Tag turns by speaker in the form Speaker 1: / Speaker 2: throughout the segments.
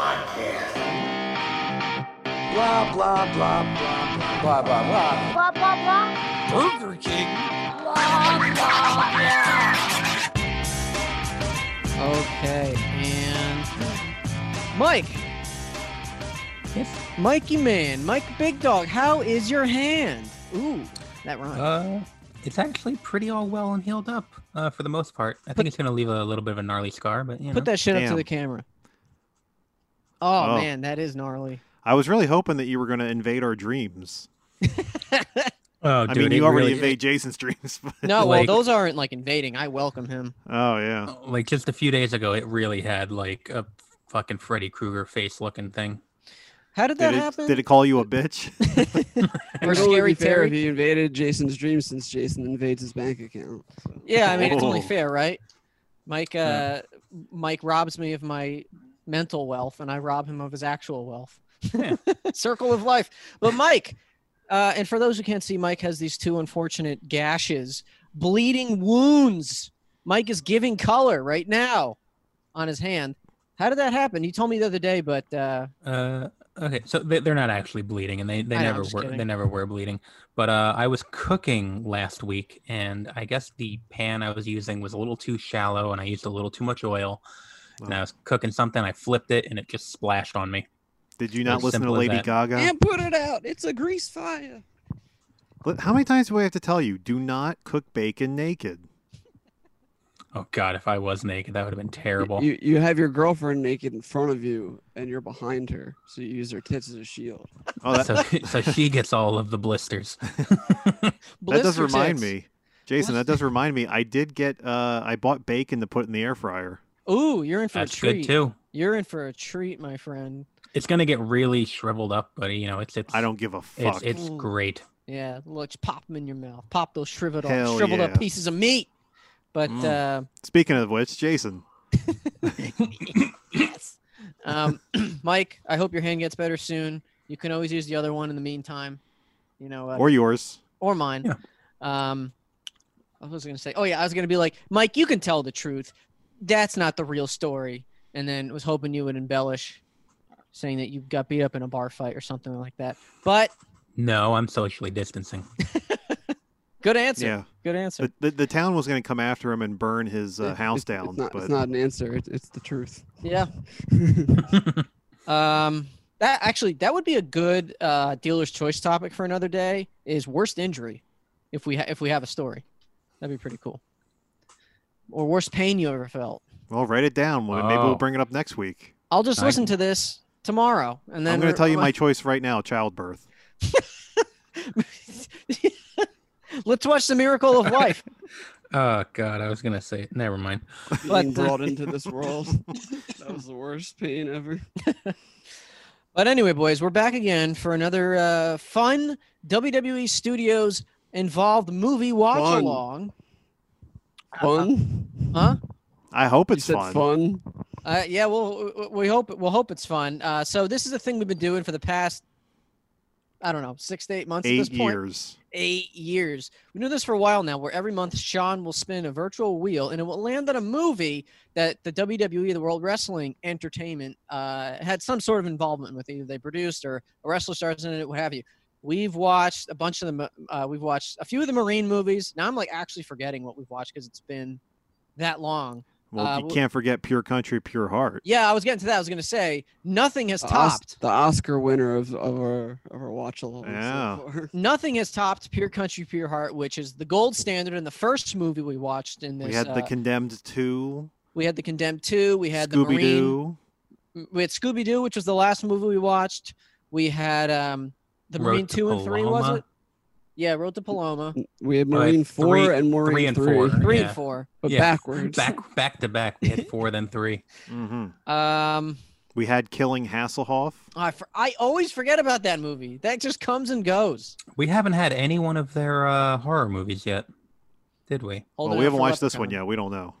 Speaker 1: podcast. Blah, blah, blah, blah, blah, blah, blah, blah.
Speaker 2: Blah, blah, blah.
Speaker 1: Burger King.
Speaker 3: Okay, and Mike. Yes. Mikey man, Mike Big Dog, how is your hand? Ooh, that rhymes.
Speaker 4: Uh, it's actually pretty all well and healed up uh, for the most part. I
Speaker 3: Put-
Speaker 4: think it's gonna leave a little bit of a gnarly scar, but you know.
Speaker 3: Put that shit up to
Speaker 5: Damn.
Speaker 3: the camera. Oh,
Speaker 5: Oh.
Speaker 3: man, that is gnarly.
Speaker 5: I was really hoping that you were going to invade our dreams.
Speaker 4: oh,
Speaker 5: I
Speaker 4: dude,
Speaker 5: mean,
Speaker 4: it
Speaker 5: you already
Speaker 4: really-
Speaker 5: invade Jason's dreams. But...
Speaker 3: No,
Speaker 4: Like-
Speaker 3: well, those aren't like invading. I welcome him.
Speaker 5: Oh yeah.
Speaker 4: Like just a few days ago, it really had like a fucking Freddy Krueger face looking thing.
Speaker 3: How did that
Speaker 5: Did it,
Speaker 3: happen?
Speaker 5: did it call you a bitch?
Speaker 3: Or
Speaker 6: It would
Speaker 3: Scary
Speaker 6: be fair
Speaker 3: Terry?
Speaker 6: if he invaded Jason's dream since Jason invades his bank account. So.
Speaker 3: Yeah, I mean it's only
Speaker 5: Whoa.
Speaker 3: fair, right? Mike, uh, Mike robs me of my mental wealth, and I rob him of his actual wealth.
Speaker 4: Yeah.
Speaker 3: Circle of life. But Mike, uh, and for those who can't see, Mike has these two unfortunate gashes, bleeding wounds. Mike is giving color right now on his hand. How did that happen? You told me the other day, but uh,
Speaker 4: Uh, okay, so they, they're not actually bleeding, and they, they
Speaker 3: I know, I'm
Speaker 4: never
Speaker 3: just
Speaker 4: were
Speaker 3: kidding.
Speaker 4: they never were bleeding. But uh, I was cooking last week, and I guess the pan I was using was a little too shallow, and I used a little too much oil. And I
Speaker 5: Oh.
Speaker 4: was cooking something, I flipped it, and it just splashed on me.
Speaker 5: Did you not
Speaker 4: As
Speaker 5: listen to
Speaker 4: simple as
Speaker 5: Lady
Speaker 4: that.
Speaker 5: Gaga?
Speaker 6: And put it out. It's a grease fire.
Speaker 5: But How many times do we have to tell you? Do not cook bacon naked.
Speaker 4: Oh God, if I was naked, that would have been terrible.
Speaker 6: You you have your girlfriend naked in front of you and you're behind her, so you use her tits as a shield.
Speaker 5: Oh, that,
Speaker 4: so, so she gets all of the blisters.
Speaker 5: that does
Speaker 3: blister
Speaker 5: remind
Speaker 3: tits.
Speaker 5: me, Jason. That does remind me. I did get. Uh, I bought bacon to put in the air fryer.
Speaker 3: Ooh, you're in for a
Speaker 4: That's good
Speaker 3: treat.
Speaker 4: too.
Speaker 3: You're in for a treat, my friend.
Speaker 4: It's gonna get really shriveled up, but you know, it's it's
Speaker 5: I don't give a
Speaker 4: it's
Speaker 5: fuck.
Speaker 4: it's
Speaker 3: Mm.
Speaker 4: great.
Speaker 3: Yeah, let's pop them in your mouth. Pop those shriveled up,
Speaker 5: Hell
Speaker 3: shriveled up
Speaker 5: yeah. Mm.
Speaker 3: pieces of meat. But uh,
Speaker 5: Speaking of which, Jason.
Speaker 3: yes, um, Mike, I hope your hand gets better soon. You can always use the other one in the meantime. You know, uh, or,
Speaker 5: or yours.
Speaker 3: mine.
Speaker 4: Yeah.
Speaker 3: Um, what was I gonna say? Oh yeah, I was gonna be like, Mike, you can tell the truth. That's not the real story. And then was hoping you would embellish, saying that you got beat up in a bar fight or something like that. But
Speaker 4: No, I'm socially distancing.
Speaker 3: good answer.
Speaker 5: Yeah.
Speaker 3: Good answer.
Speaker 5: The, the, the town was going to come after him and burn his
Speaker 6: It-
Speaker 5: uh,
Speaker 6: it-
Speaker 5: house
Speaker 6: it's
Speaker 5: down.
Speaker 6: not,
Speaker 5: but
Speaker 6: it's not an answer. It, it's the truth.
Speaker 3: yeah. Um, that actually that would be a good uh, dealer's choice topic for another day. Is worst injury, if we ha- if we have a story, that'd be pretty cool. Or worst pain you ever felt.
Speaker 5: well, write it down. Well, Maybe we'll
Speaker 4: Oh.
Speaker 5: bring it up next week.
Speaker 3: I'll just
Speaker 4: I-
Speaker 3: listen to this tomorrow, and then
Speaker 5: I'm going
Speaker 3: re-
Speaker 5: to tell you my choice right now: childbirth.
Speaker 3: Let's watch the miracle of life.
Speaker 4: oh God, I was gonna say. Never mind.
Speaker 3: But, uh,
Speaker 6: Being brought into this world. that was the worst pain ever.
Speaker 3: But anyway, boys, we're back again for another uh, fun WWE Studios involved movie watch
Speaker 6: Fun.
Speaker 3: along.
Speaker 6: Uh-huh. Fun.
Speaker 3: Huh?
Speaker 5: I hope
Speaker 6: You
Speaker 5: it's
Speaker 6: said
Speaker 5: fun.
Speaker 6: fun.
Speaker 3: Uh, yeah, well, we- we hope we'll hope it's fun. Uh, so this is a thing we've been doing for the past, I don't know, six to eight months at
Speaker 5: Eight
Speaker 3: this point.
Speaker 5: years.
Speaker 3: Eight years. We do this for a while now, where every month Sean will spin a virtual wheel, and it will land on a movie that the WWE, the World Wrestling Entertainment, uh, had some sort of involvement with. Either they produced or a wrestler stars in it, what have you. We've watched a bunch of them. Uh, we've watched a few of the Marine movies. Now I'm like actually forgetting what we've watched because it's been that long.
Speaker 5: Well,
Speaker 3: Uh,
Speaker 5: you
Speaker 3: well-
Speaker 5: can't forget pure country, pure heart.
Speaker 3: Yeah, I was getting to that. I was going to say nothing has
Speaker 5: Uh,
Speaker 6: The Os-
Speaker 3: topped.
Speaker 6: the Oscar winner of, of our of our watch along.
Speaker 5: Yeah.
Speaker 6: So far.
Speaker 3: Nothing has topped Pure Country, Pure Heart, which is the gold standard and the first movie we watched in this.
Speaker 5: We had the
Speaker 3: uh,
Speaker 5: condemned two,
Speaker 3: we had the Condemned Two. We had the
Speaker 5: Scooby
Speaker 3: Marine.
Speaker 5: Doo,
Speaker 3: m- We had Scooby Doo, which was the last movie we watched. We had um, the
Speaker 4: Road
Speaker 3: Marine
Speaker 4: to
Speaker 3: Two and Three, was
Speaker 4: Paloma.
Speaker 3: it? Yeah, Road to Paloma,
Speaker 5: Mm,
Speaker 6: We had
Speaker 4: All right,
Speaker 6: Marine four
Speaker 4: three-
Speaker 6: and Marine
Speaker 4: three and four.
Speaker 3: Three
Speaker 4: Yeah.
Speaker 3: and Four.
Speaker 6: but
Speaker 4: Yeah.
Speaker 6: backwards.
Speaker 4: Back back to back. We had four, then three.
Speaker 5: hmm
Speaker 3: Um,
Speaker 5: We had Killing Hasselhoff.
Speaker 3: I for, I always forget about that movie. That just comes and goes.
Speaker 4: We haven't had any one of their uh, horror movies yet, did we?
Speaker 3: Hold
Speaker 5: well, we haven't watched this one yet. We don't know.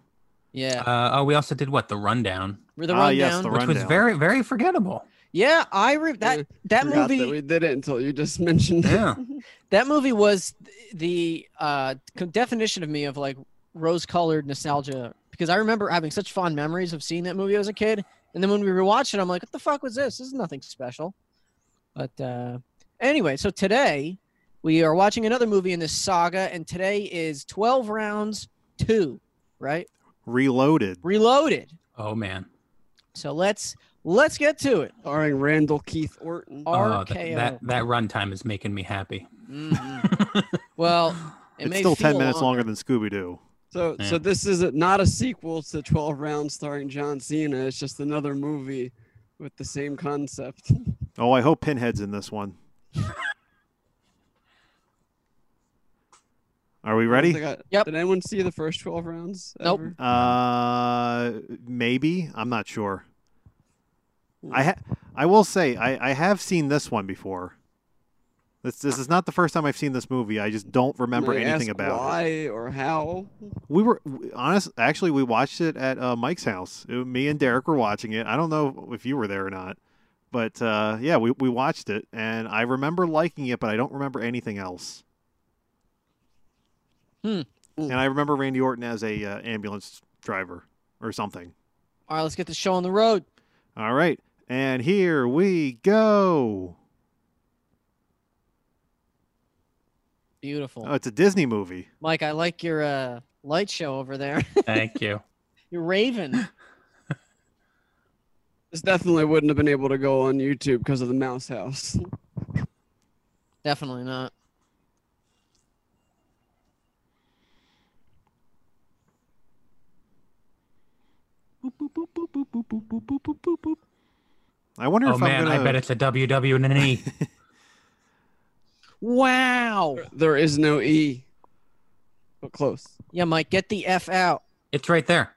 Speaker 3: Yeah,
Speaker 4: Uh, oh, we also did what the rundown,
Speaker 3: the rundown.
Speaker 5: Ah, yes, The
Speaker 4: which was
Speaker 5: Rundown.
Speaker 4: very very forgettable.
Speaker 3: Yeah, I re- that that
Speaker 6: Forgot
Speaker 3: movie.
Speaker 6: that we did it until you just mentioned it.
Speaker 4: Yeah.
Speaker 3: that movie was th- the uh, co- definition of me of like rose-colored nostalgia because I remember having such fond memories of seeing that movie as a kid, And then when we rewatched it, I'm like, what the fuck was this? This is nothing special. But uh, anyway, so today we are watching another movie in this saga, and today is 12 rounds two, right?
Speaker 5: Reloaded.
Speaker 3: Reloaded.
Speaker 4: Oh man.
Speaker 3: So let's let's get to it.
Speaker 6: starring Randall Keith Orton.
Speaker 4: Oh, th-
Speaker 3: RKO.
Speaker 4: that that runtime is making me happy.
Speaker 3: Mhm. well, it
Speaker 5: it's
Speaker 3: may
Speaker 5: still ten
Speaker 3: feel
Speaker 5: minutes
Speaker 3: long-
Speaker 5: longer than Scooby Doo.
Speaker 6: So,
Speaker 4: Yeah.
Speaker 6: so this is a, not a sequel to 12 Rounds starring John Cena. It's just another movie with the same concept.
Speaker 5: Oh, I hope Pinhead's in this one. Are we ready?
Speaker 6: Like, uh,
Speaker 3: Yep.
Speaker 6: Did anyone see the first 12 rounds?
Speaker 3: Nope.
Speaker 6: ever?
Speaker 5: Uh, maybe I'm not sure. I ha- I will say I I have seen this one before. This this is not the first time I've seen this movie. I just don't remember
Speaker 6: They
Speaker 5: anything
Speaker 6: ask
Speaker 5: about it.
Speaker 6: why or how.
Speaker 5: We were w- honest. Actually, we watched it at uh, Mike's house. It- me and Derek were watching it. I don't know if you were there or not, but uh, yeah, we we watched it, and I remember liking it, but I don't remember anything else.
Speaker 3: Hmm.
Speaker 5: And I remember Randy Orton as a uh, ambulance driver or something.
Speaker 3: All right, let's get the show on the road.
Speaker 5: All right, and here we go.
Speaker 3: Beautiful.
Speaker 5: Oh, it's a Disney movie.
Speaker 3: Mike, I like your uh, light show over there.
Speaker 4: Thank you.
Speaker 3: You're Raven.
Speaker 6: This definitely wouldn't have been able to go on YouTube because of the Mouse House.
Speaker 3: Definitely not.
Speaker 4: Oh,
Speaker 5: I wonder
Speaker 4: Oh
Speaker 5: if
Speaker 4: man,
Speaker 5: I'm gonna.
Speaker 4: I bet it's a WWE.
Speaker 3: Wow.
Speaker 6: There is no E, but close.
Speaker 3: Yeah, Mike, get the F out.
Speaker 4: it's right there.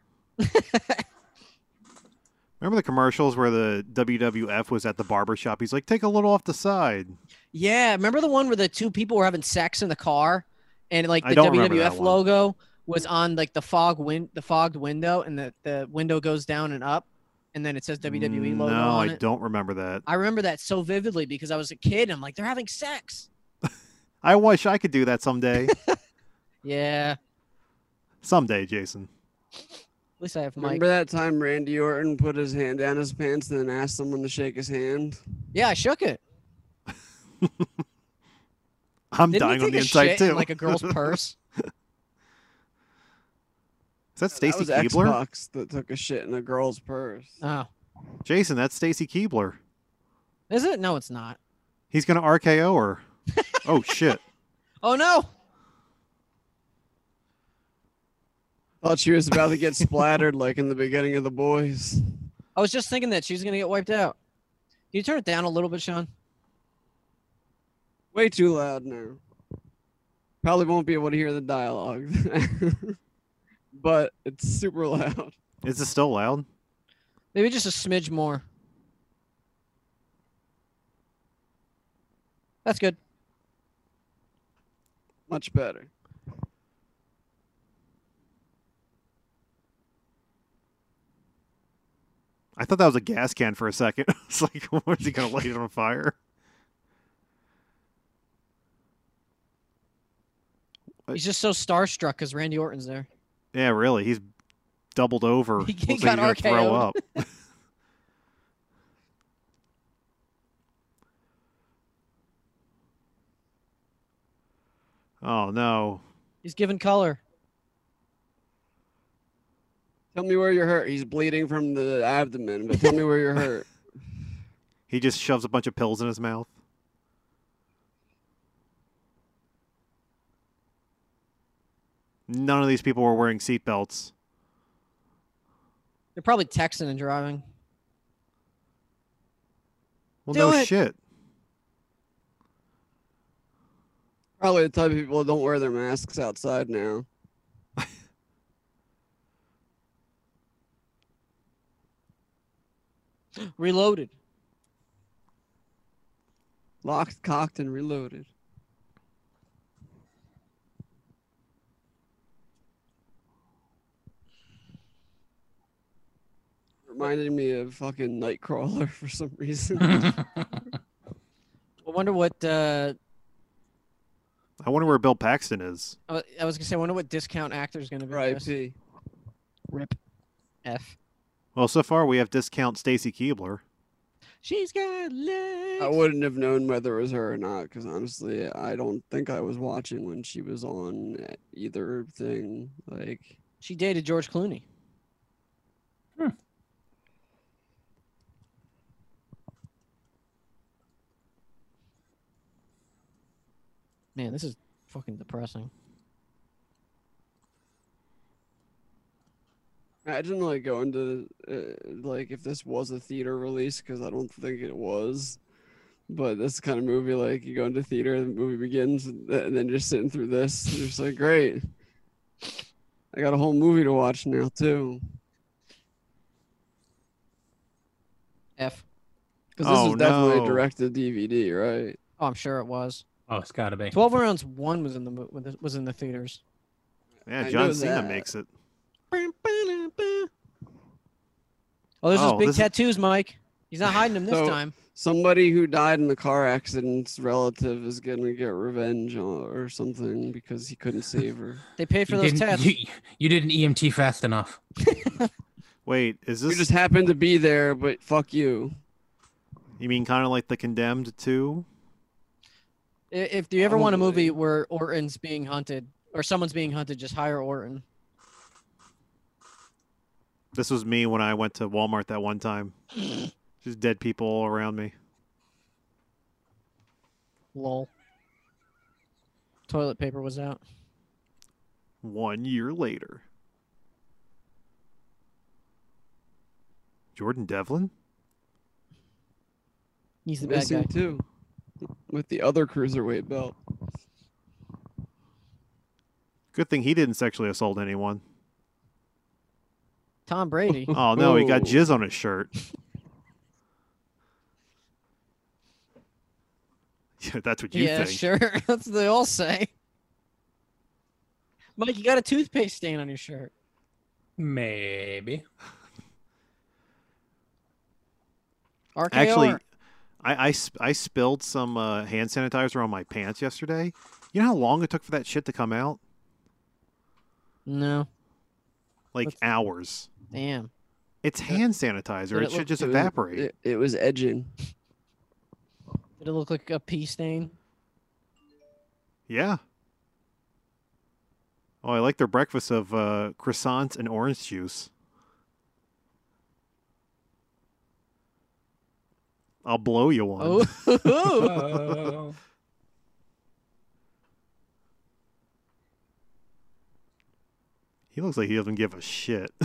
Speaker 5: Remember the commercials where the WWF was at the barber shop? He's like, "Take a little off the side."
Speaker 3: Yeah, remember the one where the two people were having sex in the car, and like
Speaker 5: I
Speaker 3: the
Speaker 5: don't remember
Speaker 3: WWF
Speaker 5: that one.
Speaker 3: logo was on like the fog win the fogged window, and the the window goes down and up, and then it says WWE
Speaker 5: Mm, no,
Speaker 3: E logo on
Speaker 5: I
Speaker 3: it.
Speaker 5: don't remember that.
Speaker 3: I remember that so vividly because I was a kid. And I'm like, they're having sex.
Speaker 5: I wish I could do that someday.
Speaker 3: Yeah, at
Speaker 5: someday, Jason.
Speaker 3: least I have Mike.
Speaker 6: Remember that time Randy Orton put his hand down his pants and then asked someone to shake his hand?
Speaker 3: Yeah, I shook it.
Speaker 5: I'm
Speaker 3: Didn't he
Speaker 5: dying on
Speaker 3: take
Speaker 5: the
Speaker 3: a
Speaker 5: inside
Speaker 3: shit
Speaker 5: too.
Speaker 3: in, like a girl's purse.
Speaker 5: Is that
Speaker 6: That
Speaker 5: Stacy
Speaker 6: was
Speaker 5: Keebler?
Speaker 6: Xbox that took a shit in a girl's purse.
Speaker 3: Oh,
Speaker 5: Jason, that's Stacy Keebler.
Speaker 3: is it? No, it's not.
Speaker 5: He's gonna RKO her. oh shit!
Speaker 3: Oh no.
Speaker 6: Thought she was about to get splattered like in the beginning of The Boys.
Speaker 3: I was just thinking that she's gonna get wiped out. Can you turn it down a little bit, Sean?
Speaker 6: Way too loud now. Probably won't be able to hear the dialogue, but it's super loud.
Speaker 5: Is this still loud?
Speaker 3: Maybe just a smidge more. That's good.
Speaker 6: Much better.
Speaker 5: I thought that was a gas can for a second. it's like, was he gonna light it on fire?
Speaker 3: He's just so starstruck because Randy Orton's there.
Speaker 5: Yeah, really. He's doubled over.
Speaker 3: He
Speaker 5: Looks like he's
Speaker 3: got
Speaker 5: gonna throw up.
Speaker 3: RKO'd.
Speaker 5: oh no!
Speaker 3: He's given color.
Speaker 6: Tell me where you're hurt. He's bleeding from the abdomen, but tell me where you're hurt.
Speaker 5: He just shoves a bunch of pills in his mouth. None of these people were wearing seatbelts.
Speaker 3: They're probably texting and driving.
Speaker 5: Well,
Speaker 3: Do
Speaker 5: no
Speaker 3: it.
Speaker 5: shit.
Speaker 6: Probably the type of people that don't wear their masks outside now.
Speaker 3: Reloaded.
Speaker 6: Locked, cocked, and reloaded. Reminded me of fucking Nightcrawler for some reason.
Speaker 3: I wonder what uh,
Speaker 5: I wonder where Bill Paxton is.
Speaker 3: I wa- I was gonna say. I wonder what discount actor is gonna be. in
Speaker 6: right,
Speaker 3: this.
Speaker 6: P.
Speaker 3: Rip. F.
Speaker 5: Well, so far we have discount Stacy Keebler.
Speaker 3: She's got legs.
Speaker 6: I wouldn't have known whether it was her or not because honestly, I don't think I was watching when she was on either thing. Like,
Speaker 3: She dated George Clooney. Man, this is fucking depressing.
Speaker 6: imagine like going to uh, like if this was a theater release because I don't think it was. But this kind of movie, like you go into theater, the movie begins, and th- and then you're sitting through this, and you're just like, great. I got a whole movie to watch now too.
Speaker 3: F.
Speaker 6: Because this
Speaker 5: Oh,
Speaker 6: was definitely
Speaker 5: no.
Speaker 6: a directed DVD, right?
Speaker 3: Oh, I'm sure it was.
Speaker 4: Oh, it's got to be.
Speaker 3: Twelve Rounds One was in the mo- was in the theaters.
Speaker 5: Yeah,
Speaker 6: I know
Speaker 5: John Cena
Speaker 6: that.
Speaker 5: makes it.
Speaker 3: Oh, there's
Speaker 5: Oh,
Speaker 3: his big
Speaker 5: this is-
Speaker 3: tattoos, Mike. He's not hiding them this
Speaker 6: So-
Speaker 3: time.
Speaker 6: Somebody who died in a car accident's relative is gonna get revenge o- or something because he couldn't save her.
Speaker 3: They paid for
Speaker 4: You
Speaker 3: those
Speaker 4: didn't-
Speaker 3: tats.
Speaker 4: you, you didn't EMT fast enough.
Speaker 5: Wait, is
Speaker 6: You
Speaker 5: this?
Speaker 6: just happened to be there, but fuck you.
Speaker 5: You mean kind of like the Condemned too?
Speaker 3: I- If you ever want a movie
Speaker 6: Probably.
Speaker 3: where Orton's being hunted or someone's being hunted, just hire Orton.
Speaker 5: This was me when I went to Walmart that one time. Just dead people all around me.
Speaker 3: Lol. Toilet paper was out.
Speaker 5: One year later. Jordan Devlin?
Speaker 3: He's the bad
Speaker 6: Missing
Speaker 3: guy.
Speaker 6: too, with the other cruiserweight belt.
Speaker 5: Good thing he didn't sexually assault anyone.
Speaker 3: Tom Brady.
Speaker 5: Oh no, he got
Speaker 6: Oh.
Speaker 5: jizz on his shirt. Yeah, that's what you
Speaker 3: yeah,
Speaker 5: think.
Speaker 3: sure. That's what they all say. Mike, you got a toothpaste stain on your shirt.
Speaker 4: Maybe.
Speaker 3: RKR.
Speaker 5: Actually, I, I, sp- I spilled some uh, hand sanitizer on my pants yesterday. You know how long it took for that shit to come out?
Speaker 3: no.
Speaker 5: Like
Speaker 3: What's-
Speaker 5: hours.
Speaker 3: Damn.
Speaker 5: It's hand sanitizer.
Speaker 3: did
Speaker 5: It,
Speaker 3: it
Speaker 5: should
Speaker 3: look-
Speaker 5: just
Speaker 6: It was-
Speaker 5: evaporate.
Speaker 6: It, it was edging.
Speaker 3: Did it look like a pee stain?
Speaker 5: yeah. Oh, I like their breakfast of uh, croissants and orange juice. I'll blow you one.
Speaker 3: Oh.
Speaker 4: Oh.
Speaker 5: He looks like he doesn't give a shit.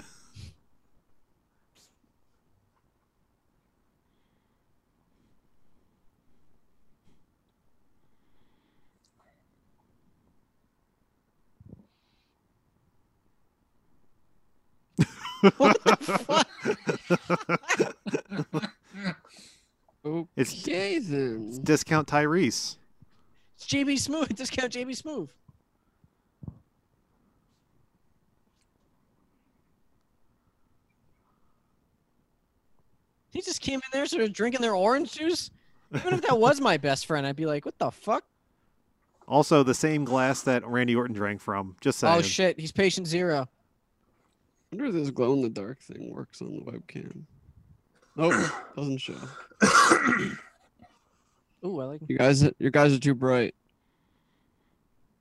Speaker 3: what the fuck?
Speaker 5: It's-
Speaker 6: Okay then.
Speaker 5: Discount Tyrese.
Speaker 3: It's JB Smooth. Discount JB Smooth. He just came in there, sort of drinking their orange juice. Even if that was my best friend, I'd be like, "What the fuck?"
Speaker 5: Also, the same glass that Randy Orton drank from. Just saying.
Speaker 3: Oh shit, he's patient zero.
Speaker 6: I wonder if this glow in the dark thing works on the webcam. Nope, doesn't show.
Speaker 3: Ooh, I like.
Speaker 6: You guys, you guys are too bright.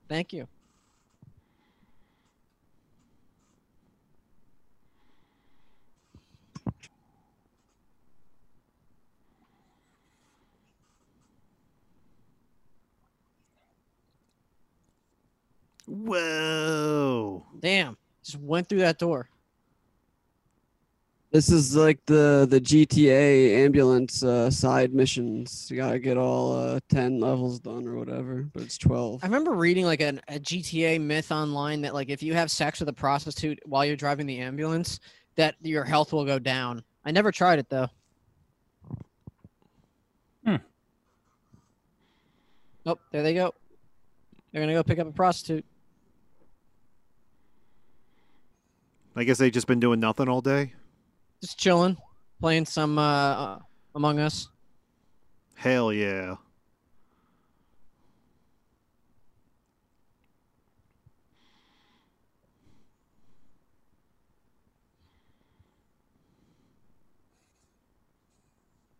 Speaker 3: Thank you.
Speaker 5: Whoa.
Speaker 3: Damn, just went through that door.
Speaker 6: This is like the the GTA ambulance uh, side missions. You gotta get all uh, ten levels done or whatever, but it's twelve.
Speaker 3: I remember reading like an, a GTA myth online that like if you have sex with a prostitute while you're driving the ambulance, that your health will go down. I never tried it though.
Speaker 4: Hmm.
Speaker 3: Nope, Oh, there they go. They're gonna go pick up a prostitute.
Speaker 5: I guess they've just been doing nothing all day.
Speaker 3: Just chilling, playing some uh, Among Us.
Speaker 5: Hell yeah.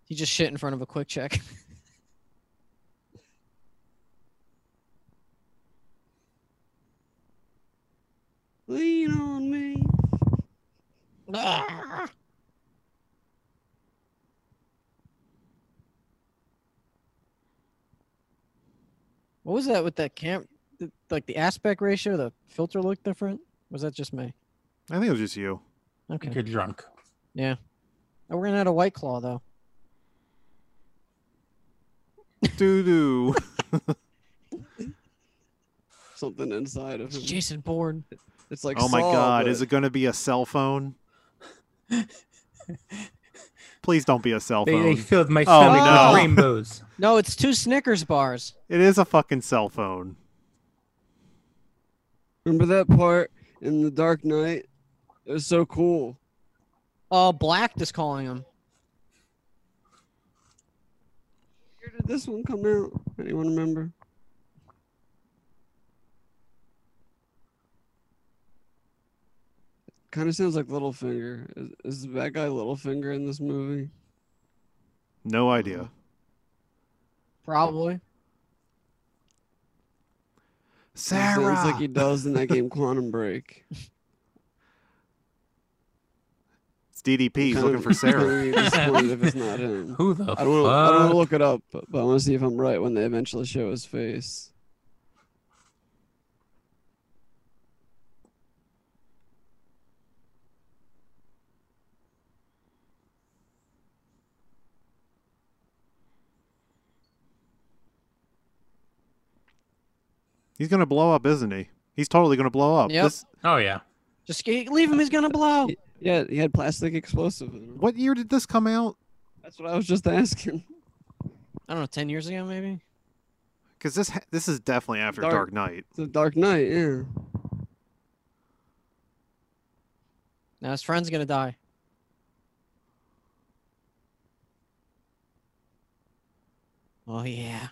Speaker 3: He just shit in front of a quick check.
Speaker 6: Lean on me.
Speaker 3: Ah. What was that with that cam? th- Like the aspect ratio, the filter looked different. Was that just me?
Speaker 5: I think it was just you.
Speaker 3: Okay.
Speaker 4: You're drunk.
Speaker 3: Oh, we're gonna add a white claw though.
Speaker 5: Doo doo.
Speaker 6: Something inside of
Speaker 3: It's
Speaker 6: him.
Speaker 3: Jason Bourne.
Speaker 6: It's like
Speaker 5: oh my
Speaker 6: Saw,
Speaker 5: God,
Speaker 6: but
Speaker 5: is it going to be a cell phone? Please don't be a cell
Speaker 4: They, they
Speaker 5: phone.
Speaker 4: filled my
Speaker 5: Oh,
Speaker 4: stomach
Speaker 5: no.
Speaker 4: with rainbows.
Speaker 3: No, it's two Snickers bars.
Speaker 5: It is a fucking cell phone.
Speaker 6: Remember that part in The Dark Knight? It was so cool.
Speaker 3: Uh, Black is calling him.
Speaker 6: Where did this one come out? Anyone remember? Kind of sounds like Littlefinger. Is, is that guy Littlefinger in this movie?
Speaker 5: No idea.
Speaker 3: Probably.
Speaker 6: It Sounds like
Speaker 5: Sarah,
Speaker 6: he does in that game Quantum Break.
Speaker 5: it's DDP. He's
Speaker 6: Kinda-
Speaker 5: looking for Sarah.
Speaker 6: kinda disappointed if it's not him.
Speaker 4: Who the
Speaker 6: I don't. Wanna, I don't want to
Speaker 4: fuck?
Speaker 6: look it up, but, but I want to see if I'm right when they eventually show his face.
Speaker 5: He's gonna blow up, isn't he? He's totally gonna blow up.
Speaker 3: Yep.
Speaker 5: This-
Speaker 4: Oh yeah.
Speaker 3: Just g- leave him. He's gonna blow.
Speaker 6: Yeah, he had plastic explosive. In him.
Speaker 5: what year did this come out?
Speaker 6: That's what I was just asking.
Speaker 3: I don't know, ten years ago maybe.
Speaker 5: Because this ha- this is definitely after
Speaker 6: Dark-
Speaker 5: Dark Knight.
Speaker 6: The Dark Knight. Yeah.
Speaker 3: Now his friend's gonna die. Oh yeah.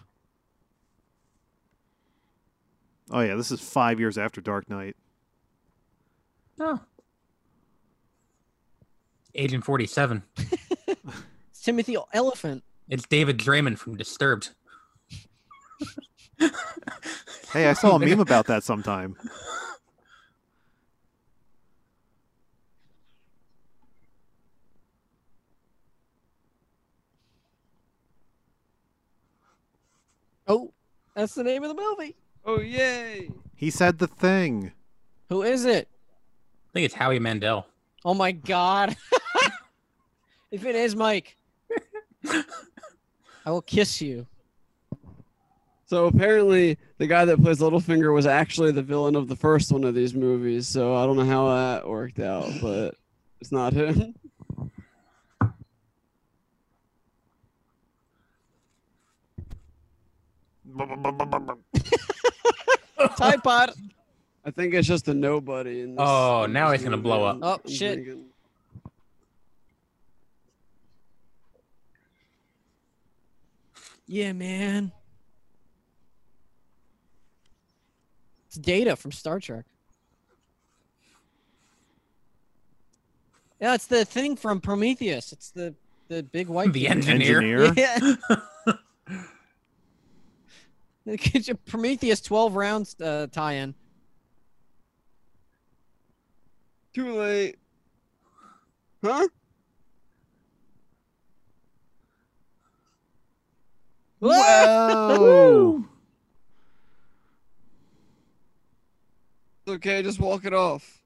Speaker 5: Oh yeah, this is five years after Dark Knight.
Speaker 4: Oh. Agent 47.
Speaker 3: It's Timothy Elephant.
Speaker 4: It's David Draymond from Disturbed.
Speaker 5: Hey, I saw a meme about that sometime.
Speaker 3: Oh, that's the name of the movie.
Speaker 6: Oh yay!
Speaker 5: He said the thing.
Speaker 3: Who is it?
Speaker 4: I think it's Howie Mandel.
Speaker 3: Oh my god. if it is Mike, I will kiss you.
Speaker 6: So apparently, the guy that plays Littlefinger was actually the villain of the first one of these movies. So I don't know how that worked out, but it's not him.
Speaker 3: Tide Pod.
Speaker 6: I think it's just a nobody. In this,
Speaker 4: Oh,
Speaker 6: in
Speaker 4: now
Speaker 6: this
Speaker 4: he's gonna
Speaker 6: movie.
Speaker 4: blow up.
Speaker 6: I'm-
Speaker 3: Oh,
Speaker 6: I'm
Speaker 3: shit.
Speaker 6: thinking.
Speaker 3: Yeah, man. It's Data from Star Trek. Yeah, it's the thing from Prometheus. It's the the big white
Speaker 4: The
Speaker 3: dude.
Speaker 4: engineer.
Speaker 5: Engineer.
Speaker 3: Yeah. Get your Prometheus twelve rounds uh, tie-in.
Speaker 6: Too late. Huh?
Speaker 5: Whoa!
Speaker 6: It's okay. Just walk it off.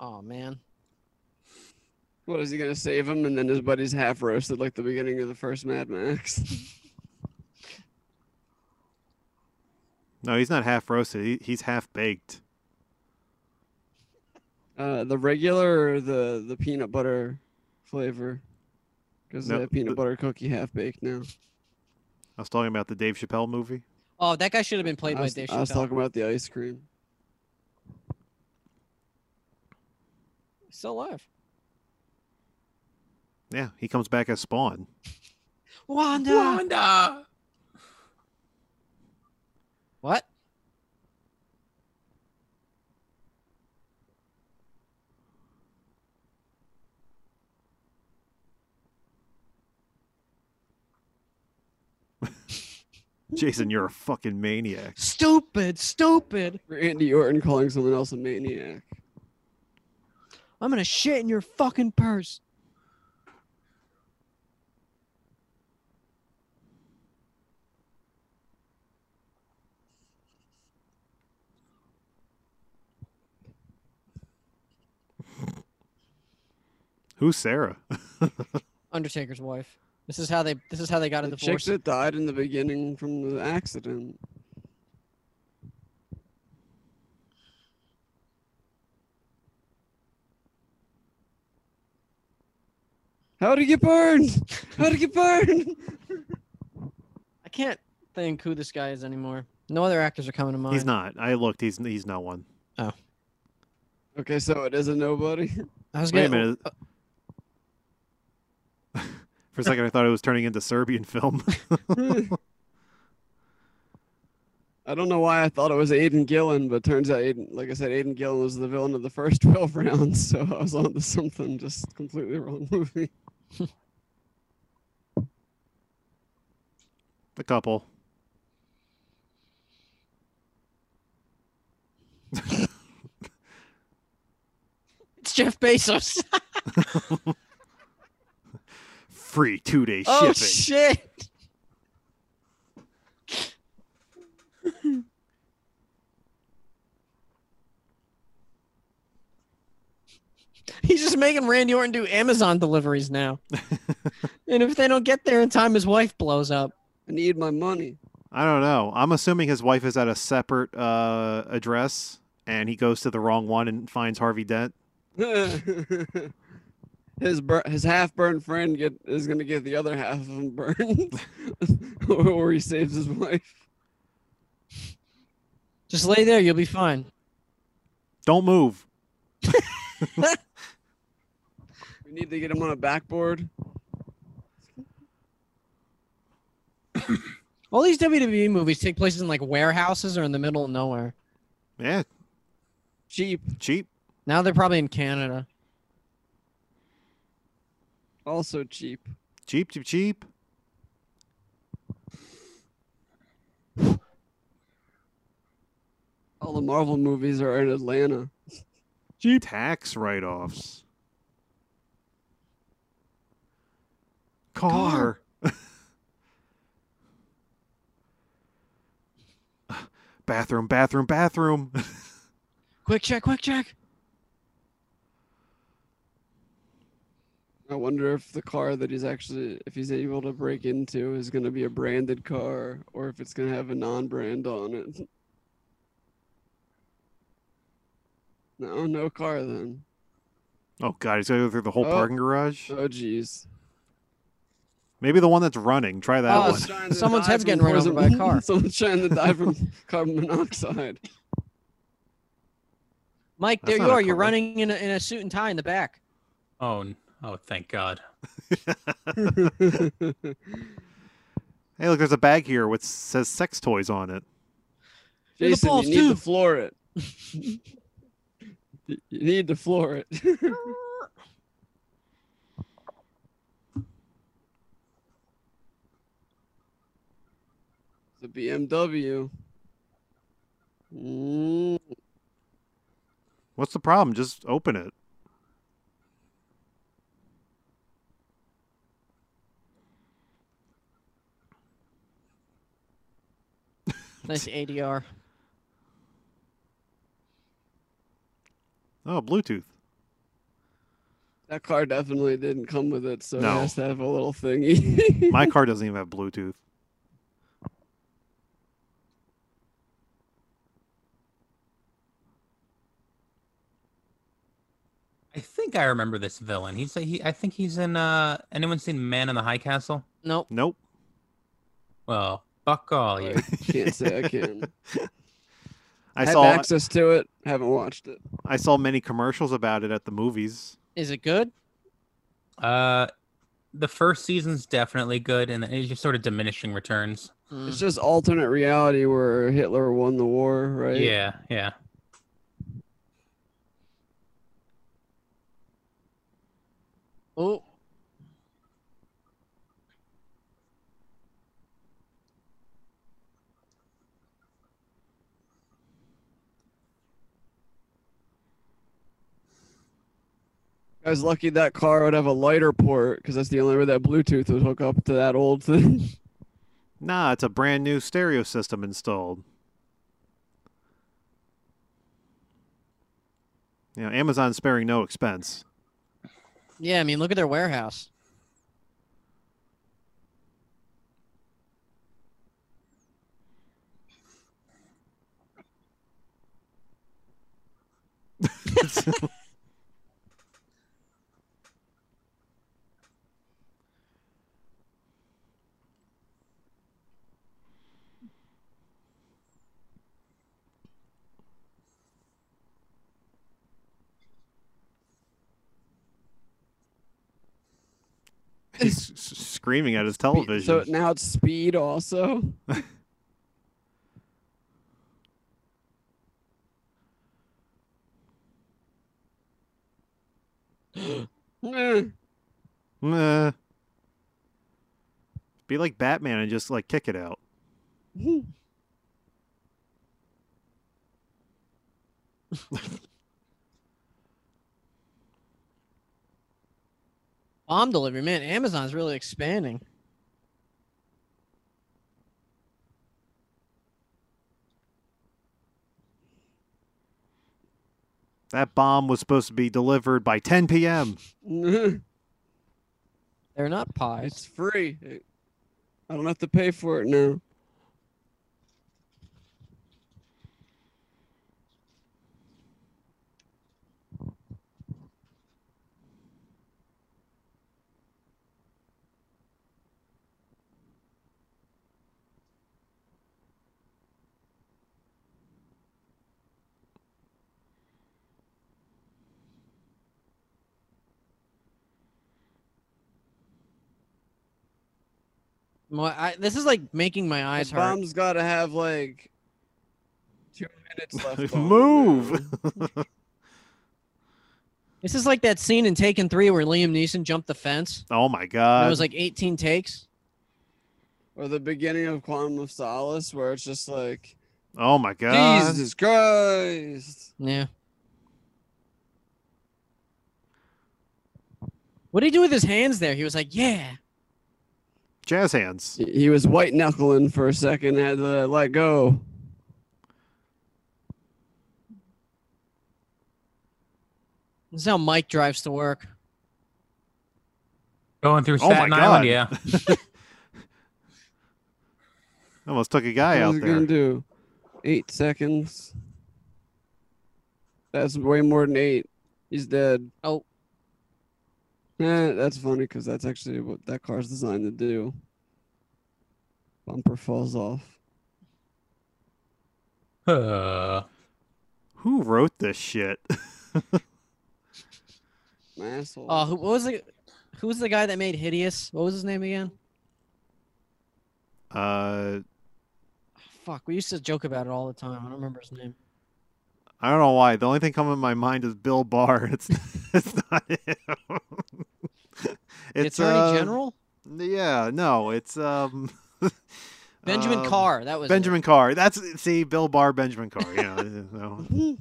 Speaker 3: Oh man.
Speaker 6: What is he gonna save him, and then his buddy's half roasted like the beginning of the first Mad Max?
Speaker 5: no, he's not half roasted. He, he's half baked.
Speaker 6: Uh, the regular or the the peanut butter flavor? Because
Speaker 5: No,
Speaker 6: they have peanut
Speaker 5: the-
Speaker 6: butter cookie half baked now.
Speaker 5: I was talking about the Dave Chappelle movie.
Speaker 3: Oh, that guy should have been played
Speaker 6: I
Speaker 3: by
Speaker 6: was,
Speaker 3: Dave
Speaker 6: I was
Speaker 3: Chappelle.
Speaker 6: talking about the ice cream.
Speaker 3: Still alive.
Speaker 5: Yeah, he comes back as Spawn.
Speaker 3: Wanda.
Speaker 4: Wanda!
Speaker 3: What?
Speaker 5: Jason, you're a fucking maniac.
Speaker 3: Stupid, stupid.
Speaker 6: Randy Orton calling someone else a maniac.
Speaker 3: I'm gonna shit in your fucking purse.
Speaker 5: Who's Sarah?
Speaker 3: Undertaker's wife. This is how they. This is how they got a
Speaker 6: The chick
Speaker 3: divorce.
Speaker 6: that died in the beginning from the accident. How did he get burned? How did he get burned?
Speaker 3: I can't think who this guy is anymore. No other actors are coming to mind.
Speaker 5: He's not. I looked. He's he's no one.
Speaker 6: Okay, so it is a nobody.
Speaker 3: I was
Speaker 5: Wait a
Speaker 3: gonna-
Speaker 5: minute. For a second, I thought it was turning into Serbian film.
Speaker 6: I don't know why I thought it was Aiden Gillen, but turns out, Aiden, like I said, Aiden Gillen was the villain of the first 12 rounds, so I was on to something just completely wrong movie.
Speaker 5: the couple.
Speaker 3: It's Jeff Bezos.
Speaker 5: Free two day
Speaker 3: oh
Speaker 5: shipping.
Speaker 3: shit. He's just making Randy Orton do Amazon deliveries now. and if they don't get there in time, his wife blows up.
Speaker 6: I need my money.
Speaker 5: I don't know. I'm assuming his wife is at a separate uh, address and he goes to the wrong one and finds Harvey Dent.
Speaker 6: his bur- his half burned friend get is gonna get the other half of him burned, or, or he saves his wife.
Speaker 3: Just lay there, you'll be fine.
Speaker 5: Don't move.
Speaker 6: We need to get him on a backboard.
Speaker 3: All these WWE movies take place in like warehouses or in the middle of nowhere.
Speaker 5: Yeah,
Speaker 6: Cheap.
Speaker 5: cheap.
Speaker 3: Now they're probably in Canada.
Speaker 6: Also cheap.
Speaker 5: Cheap, cheap, cheap.
Speaker 6: All the Marvel movies are in Atlanta.
Speaker 5: Cheap. Tax write offs. Car. bathroom, bathroom, bathroom.
Speaker 3: Quick check, quick check.
Speaker 6: I wonder if the car that he's actually if he's able to break into is gonna be a branded car or if it's gonna have a non-brand on it. No, no car then.
Speaker 5: oh, God. He's going to go through the whole
Speaker 6: Oh.
Speaker 5: parking garage.
Speaker 6: Oh jeez.
Speaker 5: Maybe the one that's running. Try that
Speaker 3: Oh,
Speaker 5: one.
Speaker 3: it's-
Speaker 6: Someone's trying to
Speaker 3: Someone's
Speaker 6: die
Speaker 3: head's
Speaker 6: from
Speaker 3: getting run over
Speaker 6: poison-
Speaker 3: by a car.
Speaker 6: Someone's trying to die from carbon monoxide.
Speaker 3: Mike,
Speaker 5: That's
Speaker 3: there you
Speaker 5: not a
Speaker 3: are. You're
Speaker 5: car.
Speaker 3: running in a, in a suit and tie in the back.
Speaker 4: Oh, n- oh, thank God.
Speaker 5: Hey, look, there's a bag here which says sex toys on it.
Speaker 3: And the
Speaker 6: Jason,
Speaker 3: balls,
Speaker 6: you need
Speaker 3: too.
Speaker 6: to floor it. you you need to floor it. the BMW. Mm,
Speaker 5: What's the problem? Just open it.
Speaker 3: Nice ADR.
Speaker 5: Oh, Bluetooth.
Speaker 6: that car definitely didn't come with it, so
Speaker 5: No.
Speaker 6: it has to have a little thingy.
Speaker 5: My car doesn't even have Bluetooth.
Speaker 4: I think I remember this villain. He's a, he. I think he's in. Uh, anyone seen Man in the High Castle?
Speaker 3: Nope.
Speaker 5: Nope.
Speaker 4: Well, fuck
Speaker 5: Oh,
Speaker 4: all you.
Speaker 6: I can't say I can.
Speaker 5: I
Speaker 6: have
Speaker 5: saw
Speaker 6: access to it. Haven't watched it.
Speaker 5: I saw many commercials about it at the movies.
Speaker 3: Is it good?
Speaker 4: Uh, the first season's definitely good, and then it's just sort of diminishing returns.
Speaker 3: Mm.
Speaker 6: It's just alternate reality where Hitler won the war, right?
Speaker 4: Yeah, yeah.
Speaker 3: Oh.
Speaker 6: I was lucky that car would have a lighter port because that's the only way that Bluetooth would hook up to that old thing.
Speaker 5: Nah, it's a brand new stereo system installed. You know, Amazon's sparing no expense.
Speaker 3: Yeah, I mean, look at their warehouse.
Speaker 5: He's s- screaming at his television.
Speaker 6: So now it's speed also. Eh,
Speaker 5: Meh. Be like Batman and just like kick it out.
Speaker 3: Bomb delivery, man. Amazon's really expanding.
Speaker 5: That bomb was supposed to be delivered by 10 p.m.
Speaker 3: They're not
Speaker 6: it's
Speaker 3: pies.
Speaker 6: free. I don't have to pay for it now.
Speaker 3: My, I, this is like making my eyes
Speaker 6: His
Speaker 3: hurt.
Speaker 6: mom's got to have like two minutes left. on
Speaker 5: Move.
Speaker 6: now.
Speaker 3: This is like that scene in Taken Three where Liam Neeson jumped the fence.
Speaker 5: oh my
Speaker 3: and
Speaker 5: god.
Speaker 3: it was like 18 takes.
Speaker 6: Or the beginning of Quantum of Solace, where it's just like
Speaker 5: oh my god.
Speaker 6: Jesus Christ.
Speaker 3: Yeah. What did he do with his hands there? He was like, "Yeah."
Speaker 5: Jazz hands.
Speaker 6: He he was white knuckling for a second, had to let go.
Speaker 3: This is how Mike drives to work.
Speaker 4: Going through
Speaker 5: Oh my
Speaker 4: Staten Island,
Speaker 5: God.
Speaker 4: yeah.
Speaker 5: Almost took a guy
Speaker 6: What
Speaker 5: out
Speaker 6: was it
Speaker 5: there.
Speaker 6: gonna do? Eight seconds. That's way more than eight. He's dead.
Speaker 3: Oh.
Speaker 6: Eh, that's funny because that's actually what that car's designed to do. Bumper falls off.
Speaker 4: Uh,
Speaker 5: Who wrote this shit?
Speaker 6: Asshole.
Speaker 3: Oh, who what was the who was the guy that made Hideous? What was his name again?
Speaker 5: Uh,
Speaker 3: Fuck, we used to joke about it all the time. I don't remember his name.
Speaker 5: I don't know why. The only thing coming to my mind is Bill Barr. It's it's not him.
Speaker 3: The
Speaker 5: it's
Speaker 3: Attorney
Speaker 5: uh,
Speaker 3: General
Speaker 5: Yeah, no, it's um
Speaker 3: Benjamin
Speaker 5: um,
Speaker 3: Carr. That was it.
Speaker 5: Benjamin Carr. That's see Bill Barr, Benjamin Carr. Yeah, no.